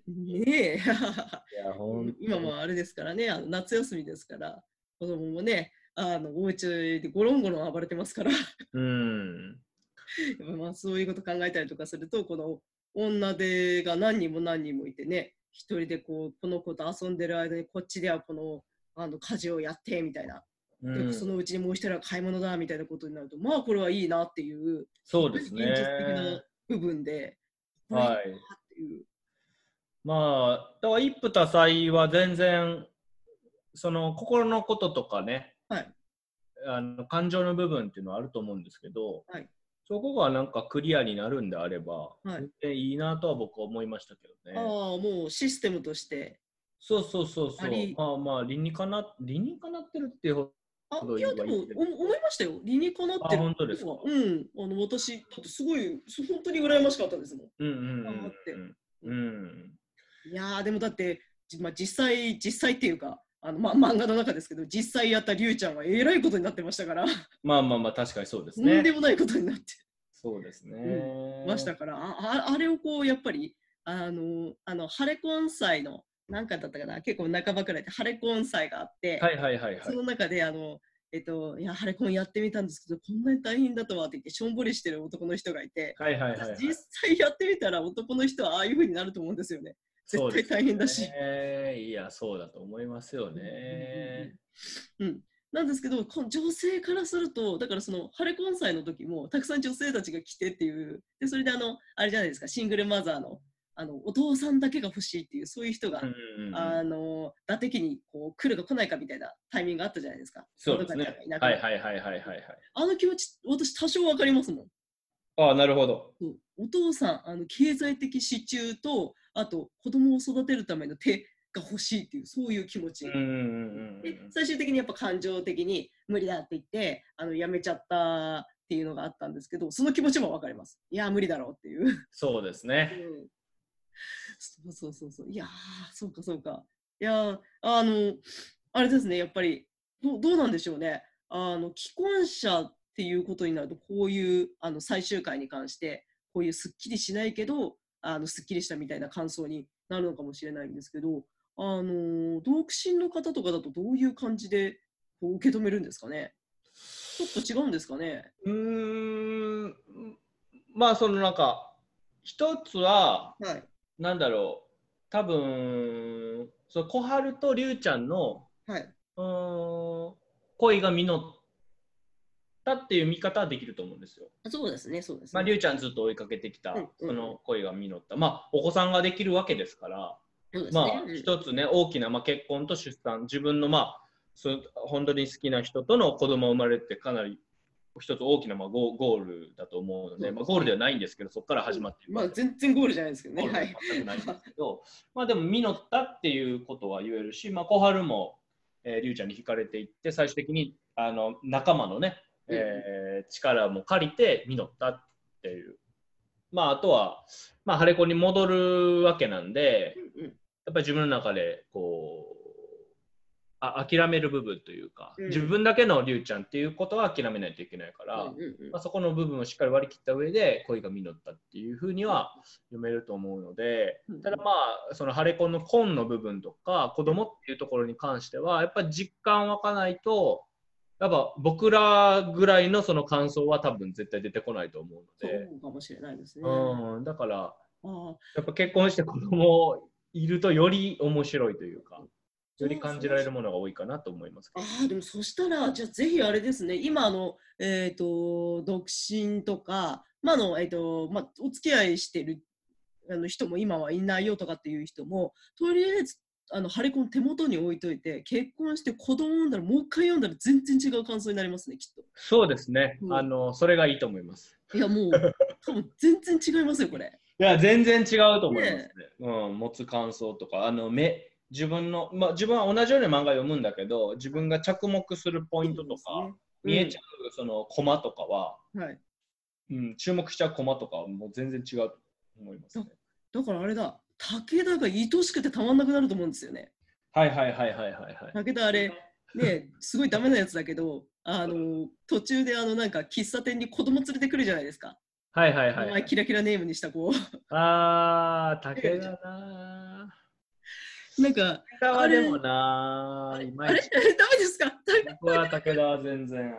S2: うん (laughs)
S1: ねえ
S2: いや本当に
S1: 今もあれですからねあの夏休みですから子供もねあのお家でゴロンゴロン暴れてますからや
S2: うん。
S1: っぱまあそういうこと考えたりとかするとこの女手が何人も何人もいてね一人でこうこの子と遊んでる間にこっちではこのあの家事をやってみたいな
S2: う
S1: で
S2: ん、
S1: そのうちにもう一人は買い物だみたいなことになるとまあこれはいいなっていう
S2: そうです
S1: 現実的
S2: ね
S1: な。部分で、こ
S2: はい
S1: れいなっていう
S2: まあ、だから一夫多妻は全然、その心のこととかね、
S1: はい
S2: あの感情の部分っていうのはあると思うんですけど、
S1: はい
S2: そこがなんかクリアになるんであれば、
S1: はい
S2: 全然いいなとは僕は思いましたけどね。
S1: ああもうシステムとして
S2: そうそうそうそ
S1: あ
S2: う
S1: り。
S2: まあまあ理にかな理にかなってるっていうほ
S1: あ
S2: どう
S1: い
S2: い
S1: や
S2: うの
S1: で
S2: が
S1: も
S2: いいって
S1: お思いましたよ理にかなってる
S2: あ本当ですか
S1: うんあの私だってすごいそう本当に羨ましかったですも
S2: うんうん
S1: ああって
S2: うんうん
S1: んいやーでもだって、じまあ、実際実際っていうかあの、ま、漫画の中ですけど実際やったりゅうちゃんはえらいことになってましたから、
S2: まあまあまあ確かにそうです
S1: とんで
S2: ね。
S1: もないことになって
S2: そうですね。
S1: ましたから、あああれをこうやっぱりあのあのハレコン祭のなんかだったかな結構半ばくらいでハレコン祭があって、
S2: はいはいはいは
S1: そ
S2: い。
S1: の中であのえっといやハレコンやってみたんですけどこんなに大変だとはって言ってしょんぼりしてる男の人がいて、
S2: はいはいはいはい。
S1: 実際やってみたら男の人はああいう風になると思うんですよね
S2: そう
S1: 絶
S2: で
S1: 対
S2: す
S1: 大変だし。
S2: ねいやそうだと思いますよ
S1: うんうん
S2: ね。
S1: うんうんなんですけどこの女性からするとだからそのハレコン祭の時もたくさん女性たちが来てっていうでそれであのあれじゃないですかシングルマザーのあのお父さんだけが欲しいっていうそういう人が、
S2: うんうんう
S1: あ
S2: ん
S1: の打的にこう来るか来ないかみたいなタイミングがあったじゃないですか。
S2: そうですね
S1: 男がいな。くな
S2: は
S1: る
S2: いはいはいはいはいはい。
S1: あの気持ち私多少わかりますもん。
S2: ああなるほど。
S1: そうお父さんあの経済的支柱とあと子供を育てるための手が欲しいっていうそういう気持ち、
S2: うんうんうん
S1: で最終的にやっぱ感情的に無理だって言ってあのやめちゃったっていうのがあったんですけどその気持ちも分かりますいやー無理だろうっていう
S2: そうですね。
S1: そうそうそうそういやーそうかそうかいやーあのあれですねやっぱりどうどうなんでしょうねあの既婚者っていうことになるとこういうあの最終回に関してこういうすっきりしないけどあのすっきりしたみたいな感想になるのかもしれないんですけどあの独身の方とかだとどういう感じでこう受け止めるんですかねちょっと違うんですかね
S2: うーん、まあそのなんか、一つは、
S1: はい
S2: なんだろう、多分そう小春と龍ちゃんの
S1: はい、
S2: うーん恋が実ったっていう見方はできると思うんですよ。
S1: そうですねそうです
S2: まあ、
S1: ね、
S2: 龍ちゃんずっと追いかけてきた、
S1: うんうん
S2: その恋が実った、まあ、お子さんができるわけですから、
S1: そうですね
S2: まあ
S1: うん、
S2: 一つね、大きな、まあ、結婚と出産、自分の、まあ、そう本当に好きな人との子供が生まれるって、かなり一つ大きな、まあ、ゴーゴールだと思うので、まあ、ゴールではないんですけど、そこから始まっている
S1: まあ全然ゴールじゃないですけど
S2: ゴ
S1: ね。
S2: ールで
S1: は。
S2: はい全くないんですけど、まあ、でも、実ったっていうことは言えるし、まあ、小春も、えー、龍ちゃんに惹かれていって、最終的にあの仲間のね、えー力も借りて実ったっていう。まあ、あとは、まあ、晴れ子に戻るわけなんで、やっぱり自分の中でこうあ諦める部分というか、
S1: うん
S2: 自分だけのりゅうちゃんっていうことは諦めないといけないから、
S1: うんうんうん
S2: まあ、そこの部分をしっかり割り切った上で恋が実ったっていうふうには読めると思うので
S1: うん
S2: ただまあその晴れ婚の婚の部分とか子供っていうところに関してはやっぱり実感湧かないとやっぱ僕らぐらいのその感想は多分絶対出てこないと思うので、
S1: そうかもしれないですね。あ
S2: うん、だから
S1: あ
S2: やっぱ結婚して子供いるとより面白いというか、より感じられるものが多いかなと思いますけ
S1: あ
S2: ど。
S1: あでもそしたらじゃあぜひあれですね今あのえっ、と独身とかまああのえっ、とまあお付き合いしてるあの人も今はいないよとかっていう人もとりあえずあのハレコン手元に置いといて結婚して子供産んだらもう一回読んだら全然違う感想になりますねきっ
S2: そうですね、
S1: うん
S2: あの、それがいいと思います。
S1: といやもう
S2: (laughs)
S1: 多分全然違いますよこれ
S2: いや、全然違うと思いますね。
S1: ね
S2: うん、持つ感想とか、あの、目、自分の、まあ、自分は同じように漫画読むんだけど、自分が着目するポイントとか、見えちゃ
S1: ゃ
S2: う、その、コマとかは、
S1: うん、はい
S2: うん、注目しちゃうコマとかは、もう全然違うと思いますね。
S1: だからあれだ、武田が愛おしくてたまんなくなると思うんですよね。
S2: はいはいはいはいはいはい。
S1: 武田あれ、ね、すごいダメなやつだけど、あの、途中であの、なんか喫茶店に子供連れてくるじゃないですか。
S2: はいはい
S1: 名
S2: はい
S1: 前。キラキラネームにした子。
S2: あー、武田なー。
S1: なんか、
S2: 武田はでもな
S1: あ
S2: ー、い
S1: れ、 (laughs)
S2: ま
S1: ダメ
S2: い
S1: で
S2: ち。
S1: すか武田君
S2: 僕は武田は全然、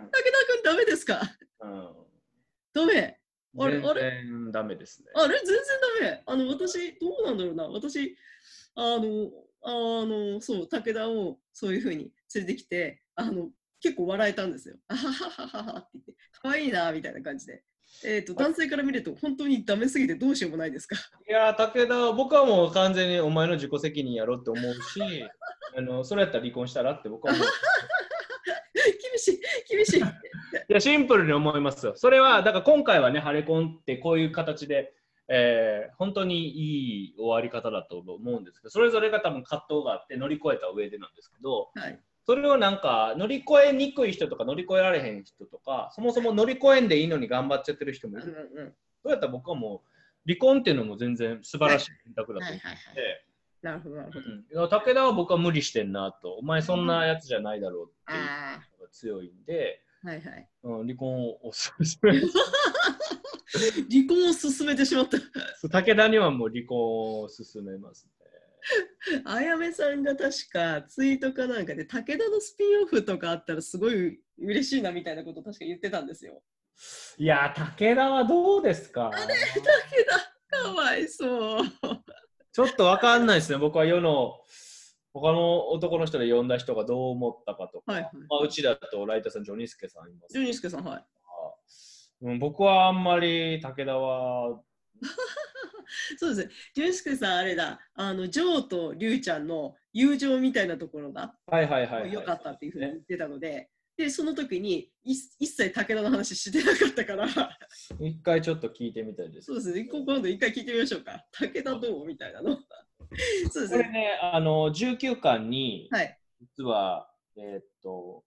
S1: ダメですか
S2: うん、
S1: ダメ。あれ
S2: 全然ダメですね。
S1: あれ、全然ダメ。あの、私、どうなんだろうな。私、あの、あの、そう、武田をそういうふうに連れてきて、あの、結構笑えたんですよ。あはははははって言って、可愛いな、みたいな感じで。えっ、と、男性から見ると、本当にダメすぎてどうしようもないですか。 (laughs)
S2: いやー、武田は僕はもう完全にお前の自己責任やろって思うし、 (laughs) あのそれやったら離婚したらって僕は思う。
S1: 厳しい、厳しい。
S2: いや、シンプルに思いますよ。それは、だから今回はね、ハレコンってこういう形で、えー本当にいい終わり方だと思うんですけど、それぞれが多分葛藤があって乗り越えた上でなんですけど、
S1: はい。
S2: それをなんか乗り越えにくい人とか乗り越えられへん人とかそもそも乗り越えんでいいのに頑張っちゃってる人も
S1: う
S2: い
S1: ん
S2: る
S1: うんうん。
S2: そうやったら僕はもう離婚っていうのも全然素晴らしい選択だと
S1: はいはい
S2: 思っ
S1: はい。
S2: て、
S1: なるほど、なるほ
S2: う
S1: ど。
S2: んいや武田は僕は無理してんなとお前そんなやつじゃないだろうっていう
S1: あ
S2: のが強いんで、
S1: あ、はいはい。
S2: うん、離婚をおすす
S1: (laughs)
S2: め
S1: 離婚を進めてしまった。
S2: 武田にはもう離婚を勧めますね。
S1: あやめさんが確かツイートかなんかで武田のスピンオフとかあったらすごい嬉しいなみたいなこと確か言ってたんですよ。
S2: いやー武田はどうで
S1: (laughs)
S2: すか
S1: 武田かわいそう。
S2: ちょっとわかんないですね。僕は世の他の男の人で呼んだ人がどう思ったかとか、
S1: はいはい
S2: まあ、うちだとライターさん、ジョニスケさんいま
S1: ジ
S2: すか
S1: ュ
S2: ら
S1: ニスケさんはい。
S2: うん、僕はあんまり武田は、
S1: そうですね。ジュニスケさんあれだ。あのジョーとリュウちゃんの友情みたいなところが
S2: はいはいはい、はい。
S1: 良かったっていうふうに言ってたので、で、その時にい一切武田の話してなかったから、
S2: 一回ちょっと聞いてみたいです。
S1: そうですね、今今度一回聞いてみましょうか。武田どうみたいなの。そうです
S2: これ
S1: ね。
S2: ね、あの19巻に、
S1: はい
S2: 実は、えーっと、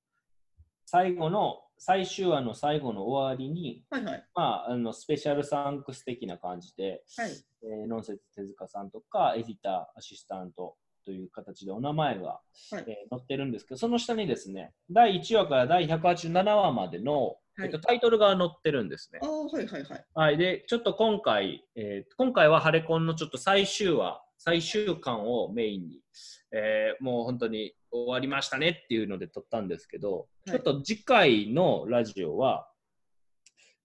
S2: 最後の、最終話の最後の終わりに、
S1: はいはい。
S2: まあ、あのスペシャルサンクス的な感じで、
S1: はい。
S2: えー、ノンセツ手塚さんとか、エディター、アシスタントという形でお名前が、
S1: い
S2: えー載ってるんですけど、その下にですね、第1話から第187話までの、
S1: はい
S2: えっと、タイトルが載ってるんですね
S1: あ。あ、はいはいはい。
S2: はい、で、ちょっと今回、えー今回はハレコンのちょっと最終話、最終巻をメインに、えーもう本当に終わりましたねっていうので撮ったんですけど、
S1: い
S2: ちょっと次回のラジオは、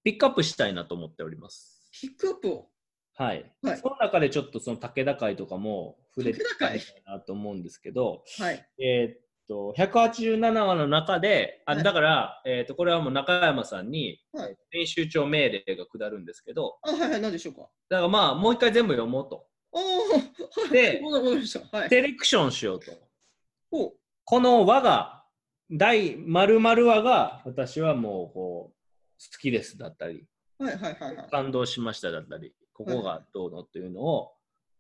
S2: ピックアップしたいなと思っております。
S1: ピックアップを。
S2: はい。
S1: はい
S2: その中でちょっとその武田会とかも触れていきたい
S1: 武
S2: なと思うんですけど、
S1: はい。
S2: えーっと、187話の中で、あ
S1: はい
S2: だから、えーっと、これはもう中山さんに、
S1: はい
S2: 編集長命令が下るんですけど、
S1: あはいはい、何でしょうか。
S2: だからまあ、もう一回全部読もうと。
S1: ああ、はい。
S2: で
S1: 戻り戻りました。はい。
S2: セレクションしようと。
S1: お
S2: この和が、第〇〇話が、私はもう、こう、好きですだったり、
S1: はいはいはいはい。
S2: 感動しましただったり、ここがどうのっていうのを、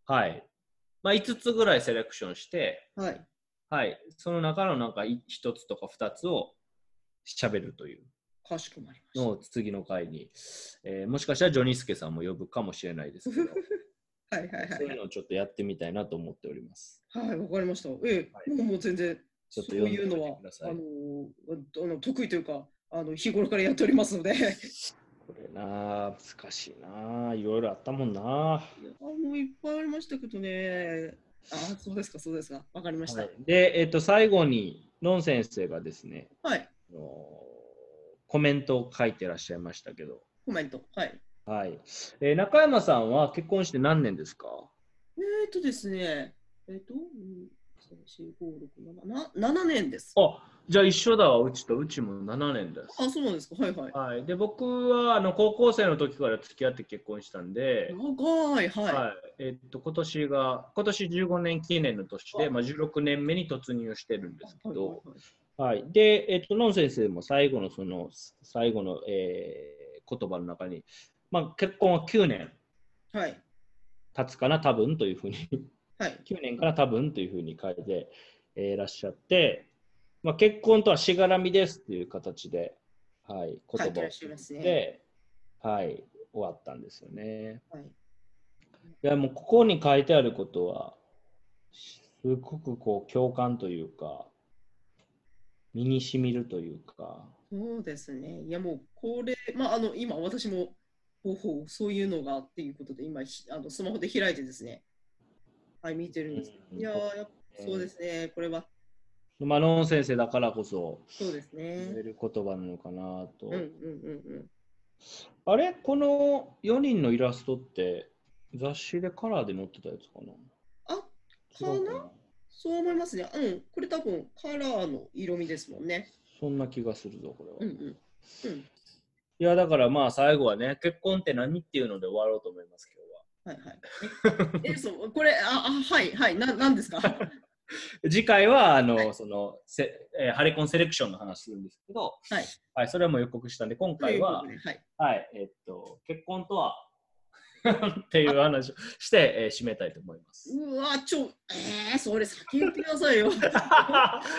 S2: はい。まあ、5つぐらいセレクションして、
S1: はい。
S2: はい、その中のなんかい一つとか二つを喋るという
S1: かしこまりまし
S2: のを次の回に、えーもしかしたらジョニースケさんも呼ぶかもしれないですけ
S1: (laughs)
S2: ど、
S1: た。はいはいは
S2: そういう
S1: い。
S2: のをちょっとやってみたいなと思っております。
S1: はい、わかりました。え
S2: は
S1: え、
S2: い
S1: もうもう全然、
S2: ち
S1: そ
S2: ょっと
S1: う
S2: 読ん
S1: い
S2: で
S1: う
S2: みて
S1: のは
S2: くだ、さい
S1: あのー、あの得意というか、あの日頃からやっておりますので。
S2: これなあ、難しいなあ、いろいろあったもんなあ。はい
S1: やあもういっぱいありましたけどね。あそうですか、そうですか。わかりました。はい
S2: い、で、えっと、最後に、ノン先生がですね、あのーコメントを書いてらっしゃいましたけど、
S1: コメント。はい。
S2: はいえー中山さんは結婚して何年ですか
S1: えっ、ー、とですね、えっ、ー、と、うん三四五六七な7年です。
S2: あじゃあ一緒だわ、うちとうちも7年です。
S1: あ、そうなんですか。はいはい。
S2: はい、で僕はあの高校生の時から付き合って結婚したんで、
S1: 長い、はい。
S2: はいえっと今年が今年15年記念の年で、
S1: あ
S2: まあ、16年目に突入してるんですけ
S1: はい
S2: ど、
S1: はいはい
S2: はいでえっとノン先生も最後のその最後の、えー言葉の中に、まあ、結婚は9年
S1: はい。
S2: 経つかな多分というふうに (laughs)
S1: はい。
S2: 9年から多分というふうに書いて、えーいらっしゃって、まあ、結婚とはしがらみですっていう形で、はい、
S1: 書
S2: 言
S1: いて
S2: 葉
S1: ら
S2: を
S1: っしゃいますね。
S2: で、はい、終わったんですよね。
S1: はい。
S2: いやもうここに書いてあることは、すごくこう共感というか、身にしみるというか、
S1: そうですね。いやもうこれ、まああの今私もほうほうそういうのがっていうことで今ひあのスマホで開いてですね。はい見てるんですけど。
S2: うん
S1: いやーやっぱそうですね。これは
S2: マローン先生だからこそ
S1: そうです
S2: 言え
S1: ね。
S2: る言葉なのかなと。
S1: うんうんうんうん。
S2: あれこの4人のイラストって雑誌でカラーで載ってたやつか
S1: あ
S2: な違う
S1: かそう思いますね。うん。これ多分カラーの色味ですもんね。
S2: そんな気がするぞ、これは。
S1: うんう
S2: い
S1: ん。うん。
S2: や、だからまあ最後はね、結婚って何っていうので終わろうと思います、今日は。
S1: はいはい。え、えそうこれああはいはいななんですか。は
S2: 次回は、あの、その、せえーハレコンセレクションの話するんですけど、
S1: はい。
S2: はい、それはもう予告したんで、今
S1: とい
S2: 回
S1: うこ
S2: は
S1: と、ではい。
S2: はい、えっと、結婚とは (laughs) っていう話をして、えー締めたいと思います。
S1: うわちょえー、それ先言ってくださいよ。 (laughs)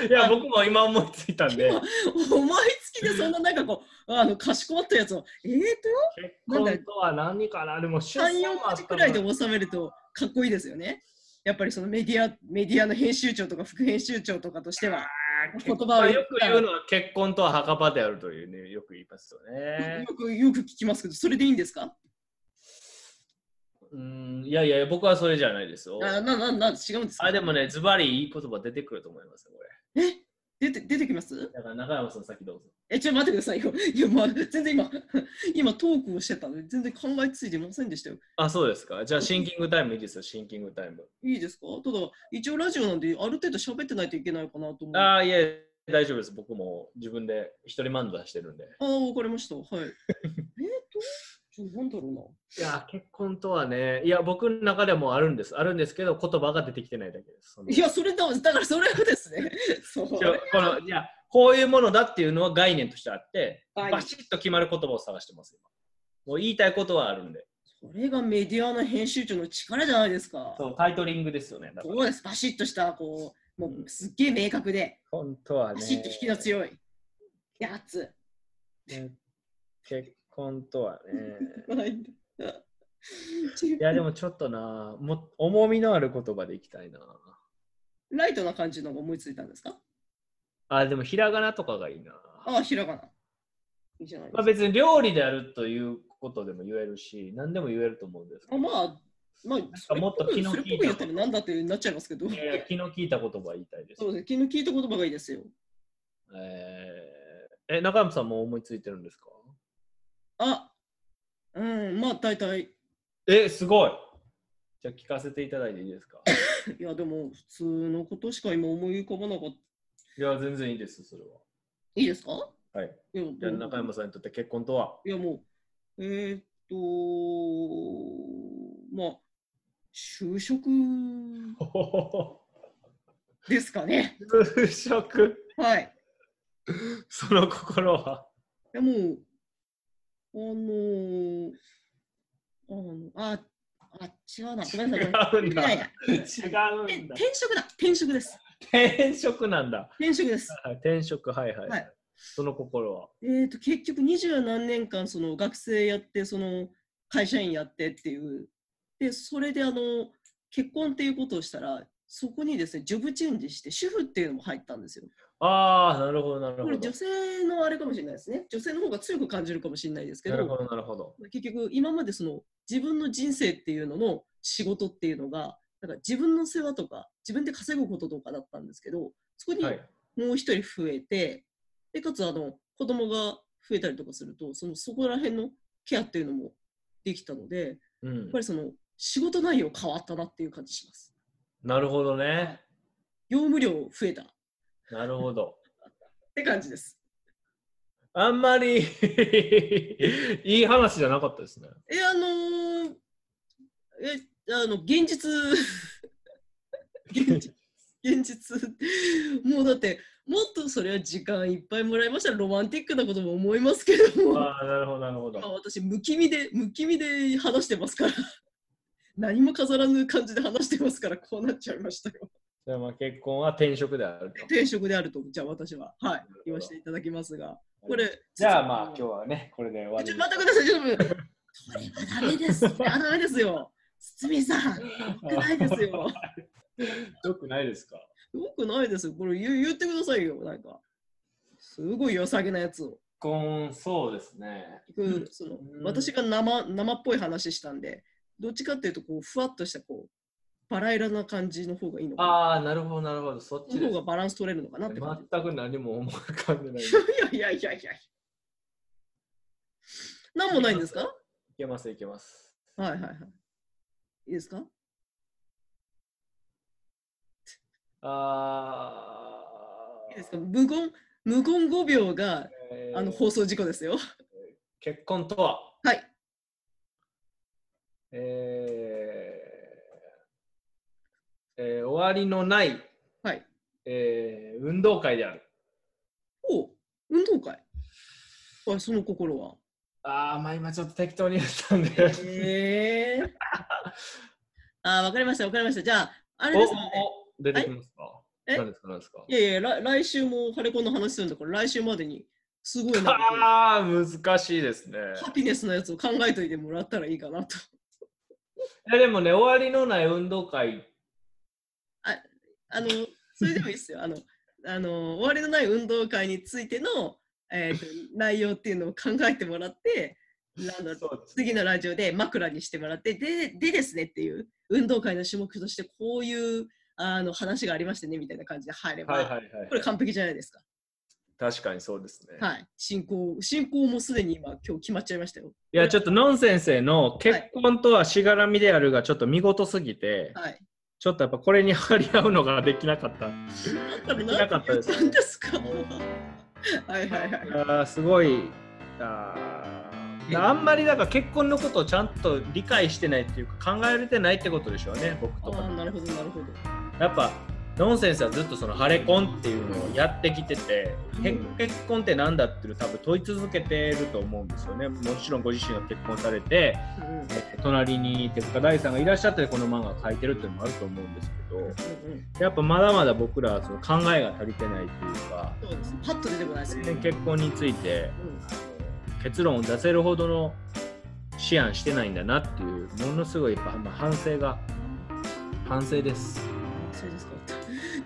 S2: いや、僕も今思いついたんで、結
S1: 思いつきでそんななんかこうあのかしこまったやつをえーなんだ
S2: 婚とは何かな、でも、出
S1: と34文字くらいで収めるとかっこいいですよねやっぱりそのメディアメディアの編集長とか副編集長とかとしては、
S2: 言
S1: 言
S2: 葉
S1: 葉
S2: を
S1: を
S2: よく言うのは結婚とは墓場であるというね、よく言いますよね
S1: よ。くよく聞きますけどそれでいいんですか
S2: うん、いやいや、僕はそれじゃないですよ
S1: あ。ななな違うんですか
S2: あ、でもね、ズバリいい言葉出てくると思いますよ、これ。
S1: え出て出てきます
S2: だから中山さん、先どうぞ。
S1: えちょっと待ってくださいよいやまあ全然今今トークをしてたので全然考えついてませんでしたよ
S2: あ、そうですか。じゃあ、シンキングタイムいいですよ、シンキングタイム。
S1: いいですかただ一応ラジオなんである程度喋ってないといけないかなと思うあ
S2: あ、いえ、大丈夫です。僕も自分で一人漫才してるんで。
S1: あーわかりました
S2: (laughs)
S1: はいえっとちょなんだろうない
S2: や、結婚とはね、いや、僕の中でもあるんです。あるんですけど、言葉が出てきてないだけです。その
S1: (laughs) いや、それだ、だからそれはですね。そう。
S2: ちょこのいやこういうものだっていうのは概念としてあって、
S1: はい
S2: バシッと決まる言葉を探してます。今もう言いたいことはあるんで。
S1: それがメディアの編集長の力じゃないですか。
S2: そう、タイトリングですよね。だから
S1: そうです、バシッとした、こう、もうすっげえ明確で、
S2: 本当
S1: バ
S2: はね。
S1: シッと引きの強いやつ。
S2: ね結婚とはね。 (laughs)
S1: (laughs)
S2: い
S1: い
S2: や、でもちょっとな、も重みのある言葉でいきたいな。
S1: ライトな感じのが思いついたんですか
S2: あ、でもひらがなとかがいいな。
S1: ああ、ひらがな。いいじゃないです
S2: まあ、
S1: か。
S2: 別に料理であるということでも言えるし、何でも言えると思うんですけ
S1: あ
S2: ど。
S1: まあ、まあ、それっ
S2: もっと
S1: ぽく
S2: 気の
S1: それっ
S2: 利
S1: ぽく
S2: いた
S1: 言ったら何だってなっちゃいますけど
S2: (laughs) い。やいや、気の利いた言葉言いたいです
S1: そ。うです、気の利いた言葉がいいですよ。
S2: えーえ、中山さんも思いついてるんですか
S1: あ、うん、まあ大体。い
S2: え、すごいじゃあ聞かせていただいていいですか (laughs)
S1: や、でも普通のことしか今思い浮かばなかった。
S2: いや、全然いいです、それは。。
S1: いいですかはいいや、
S2: じゃ
S1: で
S2: あ
S1: も
S2: 中山さんにとって結婚とはい
S1: やもう、えーっと、まあ、就職
S2: ほほほほ
S1: ですか
S2: (laughs)
S1: ね。
S2: 就職
S1: はい。
S2: その心は。
S1: いやもう、あのー、あの、あ、あ、違うな。ごめんなさい。ごめんなさいいやいや
S2: 違うんだ。
S1: 転職だ。転職です。
S2: 転職なんだ。
S1: 転職です。
S2: はい転職、はいはい。
S1: はい
S2: その心は。
S1: えーっと、結局二十何年間、その学生やって、その会社員やってっていう。で、それであの、結婚っていうことをしたら、そこにですね、ジョブチェンジして、主婦っていうのも入ったんですよ。
S2: ああ、なるほど、なる
S1: こ
S2: ほ
S1: れ
S2: ど。
S1: 女性のあれかもしれないですね。女性の方が強く感じるかもしれないですけ
S2: な
S1: ど、
S2: るほど、なるほど。
S1: 結局今までその自分の人生っていうのの仕事っていうのが、なんか自分の世話とか自分で稼ぐこととかだったんですけど、そこに
S2: は
S1: も
S2: い。
S1: う一人増えて、でかつあの子供が増えたりとかすると、そのそこら辺のケアっていうのもできたので、やっ
S2: うん
S1: ぱ、りその仕事内容変わったなっていう感じします。
S2: なるほどね。
S1: 業務量増えたっ
S2: なるほど。
S1: て感じです。
S2: あんまり (laughs) いい話じゃなかったですね。
S1: え、あのーえ、あの、現実、 (laughs) 現実、現実、もうだって、もっとそれは時間いっぱいもらいましたらロマンティックなことも思いますけども、
S2: ああ、なるほど、なるほ
S1: 今
S2: ど。
S1: 私、むきみで、むきみで話してますから、何も飾らぬ感じで話してますから、こうなっちゃいましたよ。
S2: じゃあまあ結婚は転職であると。
S1: 転職であると、じゃあ私は、はい、
S2: ど
S1: 言わせていただきますが、これ、
S2: じゃあまあ今日はね、これで終わ
S1: ち
S2: りに
S1: ょ待ってください、ちょっと待って。それはダメです。それはダメですよ。堤さん、良くないですよ。
S2: (laughs) よくないですか
S1: よくないですよ。これ言う言ってくださいよ。なんか、すごい良さげなやつを。
S2: 結婚、そうですね。
S1: 結局その
S2: うん
S1: 私が生生っぽい話したんで、どっちかっていうと、こう、ふわっとした、こう、バラ色な感じの方がいいのかな。
S2: ああ、なるほど、なるほど。そっ
S1: そ
S2: ち
S1: の
S2: です
S1: 方がバランス取れるのかなって感
S2: 全く何も思い浮かんでない。
S1: じ。
S2: い
S1: いやいやいやいやいや。なんもないんですか
S2: けます、いけます。
S1: はいはいはい。いいですか
S2: あ
S1: いいですか
S2: あ、
S1: 無言、無言5秒が
S2: えー
S1: あの放送事故ですよ。
S2: 結婚とは
S1: はい。
S2: えーえー終わりのない、
S1: はい
S2: えー運動会である。
S1: おう運動会。はい、その心は。
S2: ああ、まあ今ちょっと適当にやったんで。
S1: ええー。あー、わかりました、わかりました。じゃあ、あれですもんね。
S2: おお出てきますか、
S1: え
S2: 何ですか何ですか
S1: いやいや、来来週もハレコンの話するんだから、来週までに、すごいな、ハ
S2: ああ、難しいですね。
S1: ピネスのやつを考えといてもらったらいいかなと。 (laughs)
S2: いやでもね、終わりのない運動会。
S1: あの、それでもいいですよ。あの、あの終わりのない運動会についての、えーと内容っていうのを考えてもらって、なんだろう
S2: そうです
S1: 次のラジオで枕にしてもらってででですねっていう運動会の種目としてこういうあの話がありましてねみたいな感じで入れば、
S2: はいはいはい。
S1: これ完璧じゃないですか、
S2: 確かにそうですね。
S1: はい、進行進行もすでに今今日決まっちゃいましたよ
S2: いや、ちょっとノン先生の結婚とはしがらみであるがちょっと見事すぎて、
S1: はい
S2: ちょっとやっぱこれに張り合うのができなかった。
S1: だ
S2: できなかったです
S1: 何ですかもうはいはいはい
S2: あーすごいあーあんまりだから結婚のことをちゃんと理解してないっていうか考えられてないってことでしょうね僕
S1: あ
S2: とか
S1: ーなるほどなるほど
S2: やっぱノンセンスはずっとそのハレコンっていうのをやってきてて、へ結婚って何だっていうのを多分問い続けてると思うんですよね。もちろんご自身が結婚されて、
S1: うんうん
S2: えー隣に手塚大さんがいらっしゃってこの漫画を描いてるっていうのもあると思うんですけど、
S1: うん
S2: やっぱまだまだ僕らはその考えが足りてないっていうか、
S1: そうですパッと出てこないです
S2: 全
S1: ね。
S2: 然結婚について
S1: うん
S2: 結論を出せるほどの思案してないんだなっていうものすごいやっぱまあ反省が反省です
S1: そうですか。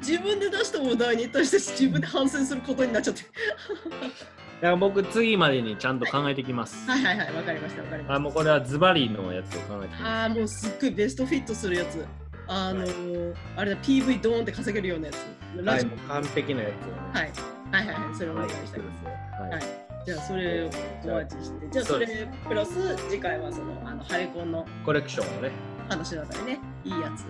S1: 自分で出した問題に対して自分で反省することになっちゃって。
S2: だから僕次までにちゃんと考えてきます、
S1: はいはいはい、わかりました、わかりま
S2: あ
S1: し
S2: もうこれはズバリのやつを考えてき
S1: た。
S2: ま
S1: ああー、もうすっごいベストフィットするやつ。あのーあれだ、PV ドーンって稼げるようなやつ。
S2: す
S1: ラ
S2: はい
S1: ジオ
S2: もう完璧なやつをね
S1: はい。はいはいはい、それをお
S2: は
S1: 願い
S2: い
S1: したいです。
S2: はい
S1: はいじゃあ、それをお待ちして。じゃあ、それプラス、次回はその、あの、ハレコンの
S2: コレクションをね
S1: 話だったりね、いいやつ。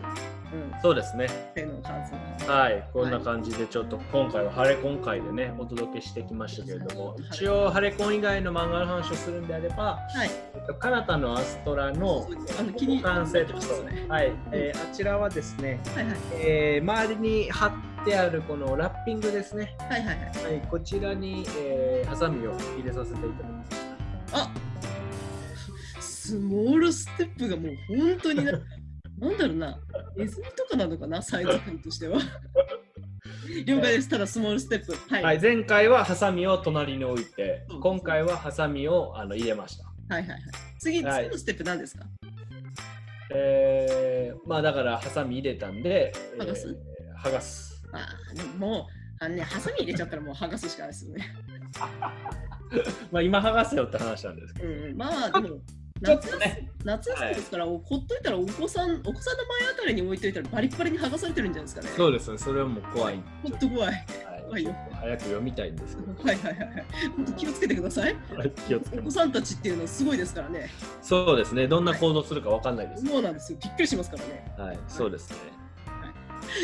S1: うん、
S2: そうですね
S1: 性能感想。
S2: はいこんな感じでちょっと今回はハレコン会でねお届けしてきましたけれども
S1: はい
S2: 一応ハレコン以外の漫画の話をするんであれば
S1: はい。
S2: えっとカナタのアストラの
S1: そうあの気に
S2: 完成と
S1: なってますね
S2: はい、えーあちらはですね、
S1: はいはい。
S2: えー周りに貼ってあるこのラッピングですね、
S1: はいはいはい。
S2: はい、こちらに、えーハサミを入れさせていただきまし
S1: あスモールステップがもう本当にな、 (laughs) なんだろうな、ネズミとかなのかな、サイズ感として (laughs) は。了解です、ただスモールステップ。はい、
S2: た、はい、前回はハサミを隣に置いて
S1: そう
S2: 今回はハサミをあの入れました、
S1: はい、はいはい。次、
S2: はい
S1: 次のステップ何ですか
S2: えーまあだからハサミ入れたんで、えー
S1: 剥がす
S2: 剥がす
S1: あーでももう、あのね、ハサミ入れちゃったらもう剥がすしかないですよね。
S2: まあ今剥がせよって話なんですけ
S1: う
S2: ど、
S1: んうん、まあ、でも、
S2: ちょっ
S1: 夏
S2: と
S1: 休み、
S2: ね
S1: 夏休みですから、ほっといたらお子さん、お子さんの前あたりに置いといたらバリッバリに剥がされてるんじゃないですかね。。
S2: そううですねそれはもう怖いんで
S1: ほんと怖い。
S2: は
S1: 怖
S2: い
S1: いよ
S2: 早く読みたいんですけど
S1: はいはいはいはい。本当気をつけてください。
S2: はい気をつけ
S1: お
S2: ま
S1: 子
S2: す。
S1: さんたちっていうのはすごいですからね。
S2: そうですね。どんな行動するかわかんないです。
S1: そうなんですよ。びっくりしますからね。
S2: はい、そうですね。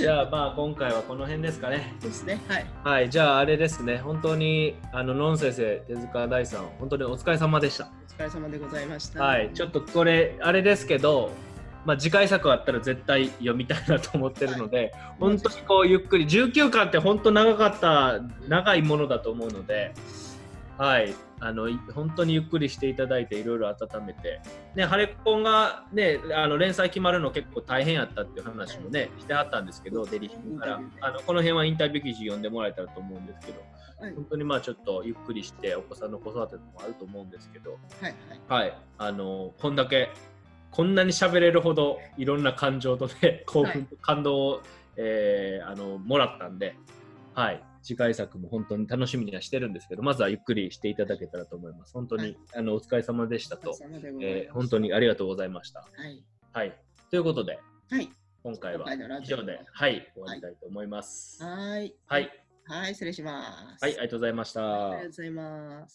S2: じゃあまあ今回はこの辺ですかね。
S1: そうですね。はい。
S2: はい、じゃああれですね。本当にあのノン先生、手塚大さん、本当にお疲れ様でした。
S1: お疲れ様でございました。
S2: はい、ちょっとこれあれですけど。まあ、次回作あったら絶対読みたいなと思ってるので、本当にこうゆっくり19巻って本当長かった長いものだと思うので、はい、あのい本当にゆっくりしていただいていろいろ温めて、ね、ハレコンが、ね、あの連載決まるの結構大変やったっていう話もねしてはったんですけどデリヒンからあのこの辺はインタビュー記事読んでもらえたらと思うんですけど
S1: はい。
S2: 本当にまあちょっとゆっくりしてお子さんの子育てもあると思うんですけど、
S1: はい。
S2: はい、あのこんだけこんなに喋れるほどいろんな感情とね興奮と感動を、えーあのもらったんで、はい、次回作も本当に楽しみにはしてるんですけどまずはゆっくりしていただけたらと思います本当に、
S1: はい
S2: あのお疲れ様でした
S1: お疲れ
S2: と、
S1: 様でございます
S2: えー本当にありがとうございました、
S1: はい。
S2: はい、ということで
S1: はい。
S2: 今回は
S1: 今回のラ
S2: 以
S1: ジオ
S2: 上で、はい、終わりたいと思います。
S1: はーい。
S2: はい、
S1: はい。失礼します。
S2: はい、ありがとうございました。
S1: ありがとうございます。